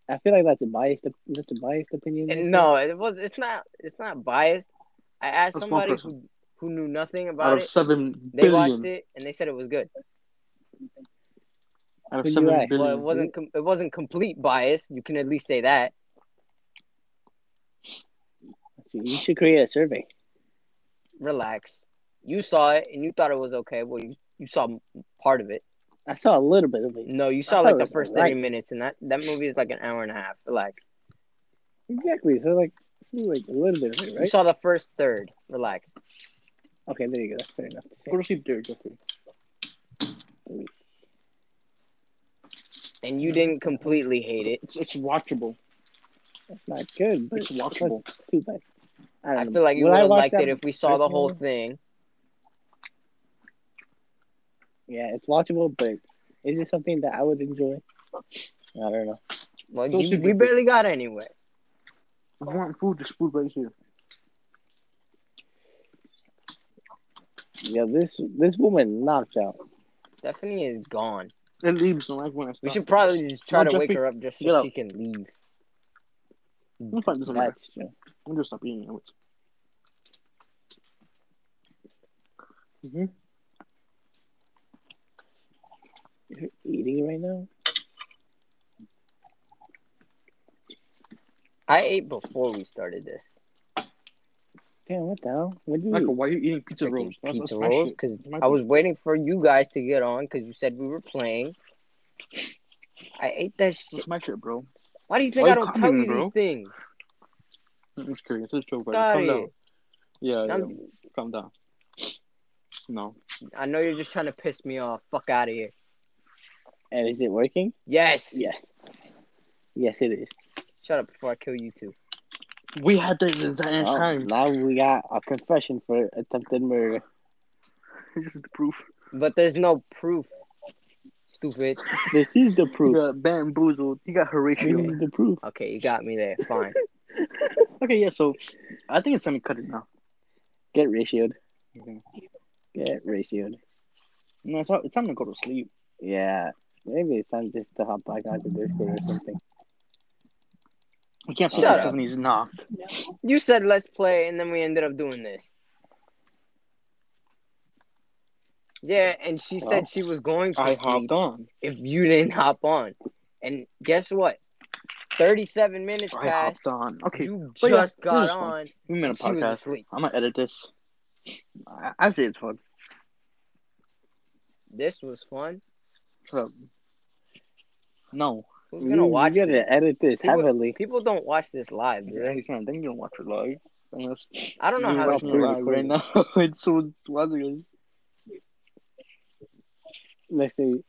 Speaker 1: I feel like that's a biased. That's a biased opinion.
Speaker 5: Mm-hmm.
Speaker 2: And no, it was. It's not. It's not biased. I asked
Speaker 5: That's one
Speaker 2: somebody who,
Speaker 5: person.
Speaker 2: who knew nothing
Speaker 5: Out
Speaker 2: about
Speaker 5: of
Speaker 2: it.
Speaker 5: seven
Speaker 2: They watched
Speaker 5: billion.
Speaker 2: it and they said it was good.
Speaker 5: Out
Speaker 1: Who
Speaker 5: of
Speaker 1: you
Speaker 5: seven
Speaker 1: ask?
Speaker 2: Well, it
Speaker 5: billion.
Speaker 2: wasn't. Com- it wasn't complete bias. You can at least say that.
Speaker 1: You should create a survey.
Speaker 2: Relax. You saw it and you thought it was okay. Well, you, you saw part of it.
Speaker 1: I saw a little bit of it.
Speaker 2: No, you
Speaker 1: I
Speaker 2: saw
Speaker 1: thought
Speaker 2: like
Speaker 1: it
Speaker 2: the
Speaker 1: was
Speaker 2: first
Speaker 1: alright.
Speaker 2: thirty minutes, and that that movie is like an hour and a half. Relax.
Speaker 1: Exactly. So like, see, like a little bit of it,
Speaker 2: You
Speaker 1: right?
Speaker 2: saw the first third. Relax.
Speaker 1: Okay, there you go. That's fair enough. To say.
Speaker 5: Go to sleep there, Jeffrey.
Speaker 2: And you didn't completely hate it.
Speaker 5: It's it's watchable.
Speaker 1: That's not good, but
Speaker 5: It's watchable.
Speaker 1: that's too bad. I, don't
Speaker 2: I
Speaker 1: know.
Speaker 2: feel like you
Speaker 1: Will
Speaker 2: would
Speaker 1: I
Speaker 2: have
Speaker 1: watch
Speaker 2: liked
Speaker 1: that?
Speaker 2: it if we saw the
Speaker 1: first
Speaker 2: whole
Speaker 1: one?
Speaker 2: thing.
Speaker 1: Yeah, it's watchable, but is it something that I would enjoy? I don't know.
Speaker 2: Well,
Speaker 5: Those
Speaker 2: you,
Speaker 5: should
Speaker 2: we
Speaker 5: be good.
Speaker 2: barely got anywhere.
Speaker 5: If you want food, there's food right here.
Speaker 1: Yeah, this this woman knocked out.
Speaker 2: Stephanie is gone.
Speaker 5: It leaves the life when I stop.
Speaker 2: We should probably just try
Speaker 5: No,
Speaker 2: to
Speaker 5: just
Speaker 2: wake
Speaker 5: be-
Speaker 2: her up just so
Speaker 5: get up.
Speaker 2: she can leave.
Speaker 5: I'm fine, doesn't matter.
Speaker 1: That's true.
Speaker 5: I'm just stop eating it. Mm-hmm.
Speaker 1: You're eating right now.
Speaker 2: I ate before we started this.
Speaker 1: Damn, what the hell? What do you?
Speaker 5: Michael, why are you eating pizza
Speaker 2: Freaking
Speaker 5: rolls? That's,
Speaker 2: pizza
Speaker 5: that's my
Speaker 2: rolls
Speaker 5: shit.
Speaker 2: because
Speaker 5: My
Speaker 2: I was waiting for you guys to get on because you said we were playing. I ate that shit.
Speaker 5: It's my shit, bro.
Speaker 2: Why do you think
Speaker 5: Why
Speaker 2: I
Speaker 5: you
Speaker 2: don't tell
Speaker 5: calling
Speaker 2: you
Speaker 5: me, bro?
Speaker 2: these things?
Speaker 5: I'm just curious. It's a joke, buddy.
Speaker 2: Got
Speaker 5: Calm
Speaker 2: it.
Speaker 5: down. Yeah, yeah.
Speaker 2: I'm-
Speaker 5: Calm down. No.
Speaker 2: I know you're just trying to piss me off. Fuck out of here.
Speaker 1: And is it working?
Speaker 2: Yes.
Speaker 1: Yes. Yes, it is.
Speaker 2: Shut up before I kill you two.
Speaker 5: We had this entire
Speaker 1: Oh,
Speaker 5: time.
Speaker 1: now we got a confession for attempted murder.
Speaker 5: This is the proof.
Speaker 2: But there's no proof. Stupid.
Speaker 1: This is the
Speaker 5: He [laughs]
Speaker 1: proof.
Speaker 5: got bamboozled. He got
Speaker 1: This is
Speaker 5: Horatio.
Speaker 1: the proof.
Speaker 2: Okay, you got me there. Fine.
Speaker 5: [laughs] okay, yeah, so I think it's time to cut it now.
Speaker 1: Get ratioed.
Speaker 5: Mhm.
Speaker 1: Get ratioed.
Speaker 5: No, it's, it's time to go to sleep.
Speaker 1: Yeah. Maybe it's time just to hop back onto Discord or something.
Speaker 5: We can't play
Speaker 2: Shut
Speaker 5: the
Speaker 2: up.
Speaker 5: 70s now.
Speaker 2: You said let's play, and then we ended up doing this. Yeah, and she
Speaker 1: Well,
Speaker 2: said she was going to
Speaker 5: I
Speaker 2: sleep
Speaker 5: hopped on.
Speaker 2: if you didn't hop on. And guess what? 37 minutes
Speaker 5: I
Speaker 2: passed.
Speaker 5: hopped on. Okay,
Speaker 2: You
Speaker 5: But yeah,
Speaker 2: just
Speaker 5: it
Speaker 2: got
Speaker 5: was fun.
Speaker 2: on.
Speaker 5: we made a
Speaker 2: and She was
Speaker 5: podcast.
Speaker 2: asleep.
Speaker 5: I'm gonna edit this. I, I say it's fun.
Speaker 2: This was fun.
Speaker 5: Shut up. No.
Speaker 2: Who's
Speaker 1: You-
Speaker 2: going to watch
Speaker 1: You
Speaker 2: it?
Speaker 1: gotta edit this
Speaker 2: People-
Speaker 1: heavily.
Speaker 2: People don't watch this live,
Speaker 5: Yeah,
Speaker 2: dude.
Speaker 5: he's not thinking watch it live. Unless
Speaker 2: I don't know
Speaker 5: you're
Speaker 2: how to
Speaker 5: watching
Speaker 2: do
Speaker 5: it
Speaker 2: it.
Speaker 5: live right now. [laughs] it's so wild.
Speaker 1: Let's see.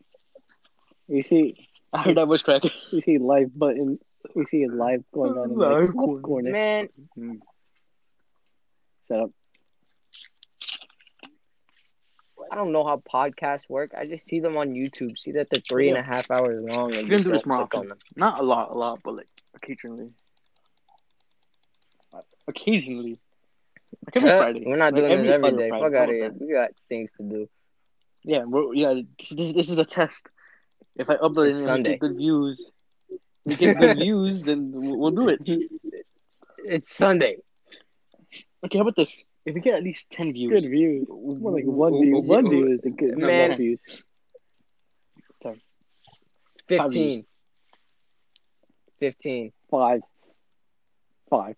Speaker 1: You see,
Speaker 5: I heard that was cracking.
Speaker 1: you see live button. You see a live going on in the
Speaker 5: Live
Speaker 1: top
Speaker 5: corner.
Speaker 1: corner.
Speaker 2: Man,
Speaker 1: Set up.
Speaker 2: I don't know how podcasts work. I just see them on YouTube. See that they're three and a half hours long. And
Speaker 5: We're gonna
Speaker 2: just
Speaker 5: do this
Speaker 2: don't
Speaker 5: more
Speaker 2: click on
Speaker 5: often.
Speaker 2: them.
Speaker 5: Not a lot, a lot, but like occasionally. Occasionally. Like every
Speaker 2: Shut up.
Speaker 5: Friday.
Speaker 2: We're not
Speaker 5: Like,
Speaker 2: doing this every
Speaker 5: other
Speaker 2: day.
Speaker 5: Friday.
Speaker 2: Fuck
Speaker 5: How
Speaker 2: out of
Speaker 5: about
Speaker 2: here.
Speaker 5: that?
Speaker 2: We got things to do.
Speaker 5: Yeah, we're, yeah. This, this, this is a test. If I upload
Speaker 2: It's
Speaker 5: it and we
Speaker 2: Sunday.
Speaker 5: get good views, we
Speaker 2: [laughs]
Speaker 5: get good views, then we'll we'll do it.
Speaker 2: It's Sunday.
Speaker 5: Okay, how about this? If we get at least ten views,
Speaker 1: Good views. More like one view. One view is a good no,
Speaker 2: Man.
Speaker 1: one views.
Speaker 5: Five
Speaker 2: 15. 15.
Speaker 1: Five. Five.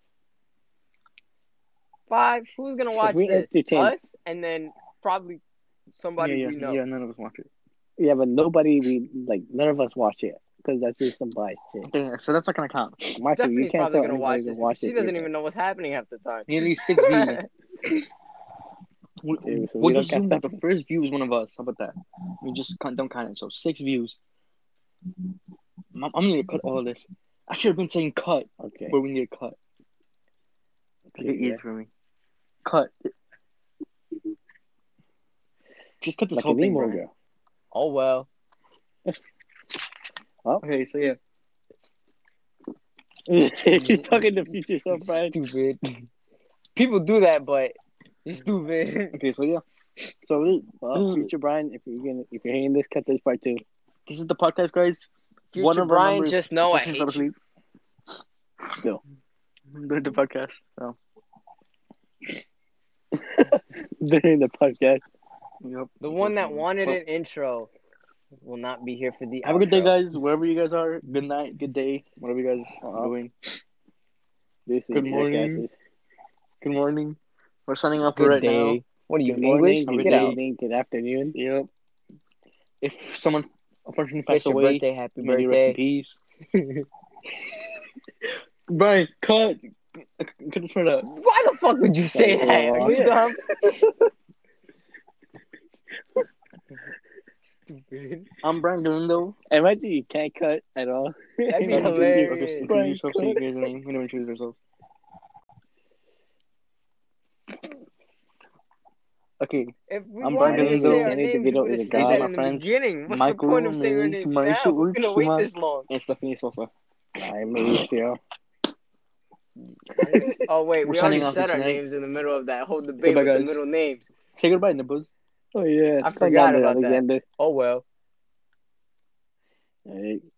Speaker 2: Five. Who's going to watch
Speaker 1: we
Speaker 2: this?
Speaker 1: entertain-
Speaker 2: Us? And then probably somebody
Speaker 5: yeah,
Speaker 2: we
Speaker 5: yeah,
Speaker 2: know.
Speaker 5: yeah, none of us watch it.
Speaker 1: Yeah, but nobody we like. None of us watch it because that's just some biased shit.
Speaker 5: Okay, so that's not gonna count.
Speaker 1: Michael, you
Speaker 2: Stephanie's
Speaker 1: can't
Speaker 2: probably
Speaker 1: tell
Speaker 2: going to watch
Speaker 1: anybody to
Speaker 2: this.
Speaker 1: watch it.
Speaker 2: she doesn't
Speaker 1: either.
Speaker 2: even know what's happening half the time.
Speaker 5: Nearly six views. [laughs] We,
Speaker 1: Yeah, so we
Speaker 5: will
Speaker 1: don't
Speaker 5: just assume
Speaker 1: count
Speaker 5: that the first view is one of us. How about that? We just can't, don't count it. So six views. I'm, I'm gonna cut all this. I should have been saying cut,
Speaker 1: Okay.
Speaker 5: but we need to cut. It
Speaker 1: yeah.
Speaker 5: is for me. Cut. Just cut this
Speaker 1: Like
Speaker 5: whole
Speaker 1: an
Speaker 5: thing,
Speaker 1: emo
Speaker 5: bro.
Speaker 1: girl.
Speaker 2: Oh, well.
Speaker 5: Okay, so yeah,
Speaker 1: [laughs] You're talking
Speaker 5: [laughs]
Speaker 1: to future self, Brian.
Speaker 2: Stupid. People do that, but you're stupid. [laughs]
Speaker 5: okay, so yeah,
Speaker 1: So, this- well, future Brian, if you're gonna, if you're hearing this, cut this part too.
Speaker 5: this is the podcast, guys.
Speaker 1: [laughs]
Speaker 2: Future
Speaker 5: One of our
Speaker 2: Brian
Speaker 5: members-
Speaker 2: just know I hate
Speaker 5: Fucking fell
Speaker 2: you.
Speaker 5: asleep.
Speaker 1: Still.
Speaker 5: During the podcast, so
Speaker 1: during the podcast.
Speaker 5: yep.
Speaker 2: The one that wanted
Speaker 5: Well,
Speaker 2: an intro will not be here for the
Speaker 5: Have a good day,
Speaker 2: outro.
Speaker 5: guys. Wherever you guys are, good night, good day, whatever you guys are
Speaker 1: Uh-huh.
Speaker 5: doing.
Speaker 1: This is
Speaker 5: Good morning.
Speaker 1: Jackasses.
Speaker 5: Good morning. We're signing off
Speaker 2: Good
Speaker 5: right
Speaker 2: day.
Speaker 5: now.
Speaker 2: What are you,
Speaker 1: Good morning,
Speaker 2: English?
Speaker 1: good
Speaker 2: Get out.
Speaker 1: evening, good afternoon.
Speaker 5: Yep. If someone unfortunately
Speaker 2: Wish
Speaker 5: passed
Speaker 2: your
Speaker 5: away,
Speaker 2: birthday. Happy
Speaker 5: may they rest in
Speaker 2: birthday.
Speaker 5: peace. Brian, cut. Cut this part out.
Speaker 2: Why the fuck would you say
Speaker 1: Like,
Speaker 2: that?
Speaker 1: uh,
Speaker 2: Are you
Speaker 5: yeah.
Speaker 2: dumb?
Speaker 5: [laughs]
Speaker 2: [laughs] Stupid.
Speaker 5: I'm Brian Galindo.
Speaker 1: Imagine you can't cut at all.
Speaker 2: That'd be
Speaker 1: [laughs] Imagine you-
Speaker 5: Okay,
Speaker 2: hilarious.
Speaker 5: so introduce
Speaker 1: Brian,
Speaker 5: yourself,
Speaker 1: cut.
Speaker 5: say your guys' name. We never introduce ourselves. Okay,
Speaker 2: If we
Speaker 5: I'm
Speaker 2: wanted
Speaker 5: Brandon
Speaker 2: to say
Speaker 5: Lindell.
Speaker 2: our
Speaker 1: Any
Speaker 2: names, we
Speaker 1: individual
Speaker 2: would have
Speaker 1: is a
Speaker 2: said
Speaker 5: god.
Speaker 2: that
Speaker 5: My
Speaker 2: in the
Speaker 5: friends,
Speaker 2: beginning. [laughs] What's the
Speaker 5: Michael
Speaker 2: point of saying our
Speaker 5: Remains,
Speaker 2: names now?
Speaker 5: Mauricio
Speaker 2: We're gonna wait
Speaker 5: Urquiza.
Speaker 2: this long.
Speaker 5: and Stephanie Sosa.
Speaker 1: I'm Mauricio.
Speaker 2: [laughs] Oh wait,
Speaker 5: We're
Speaker 2: we already
Speaker 5: signing off
Speaker 2: said our
Speaker 5: tonight.
Speaker 2: names in the middle of that whole debate with
Speaker 5: Goodbye,
Speaker 2: the
Speaker 5: guys.
Speaker 2: middle names.
Speaker 5: Say goodbye, Nibbles.
Speaker 1: Oh yeah,
Speaker 2: I forgot about that.
Speaker 1: Alexander.
Speaker 2: Oh well.
Speaker 1: All right.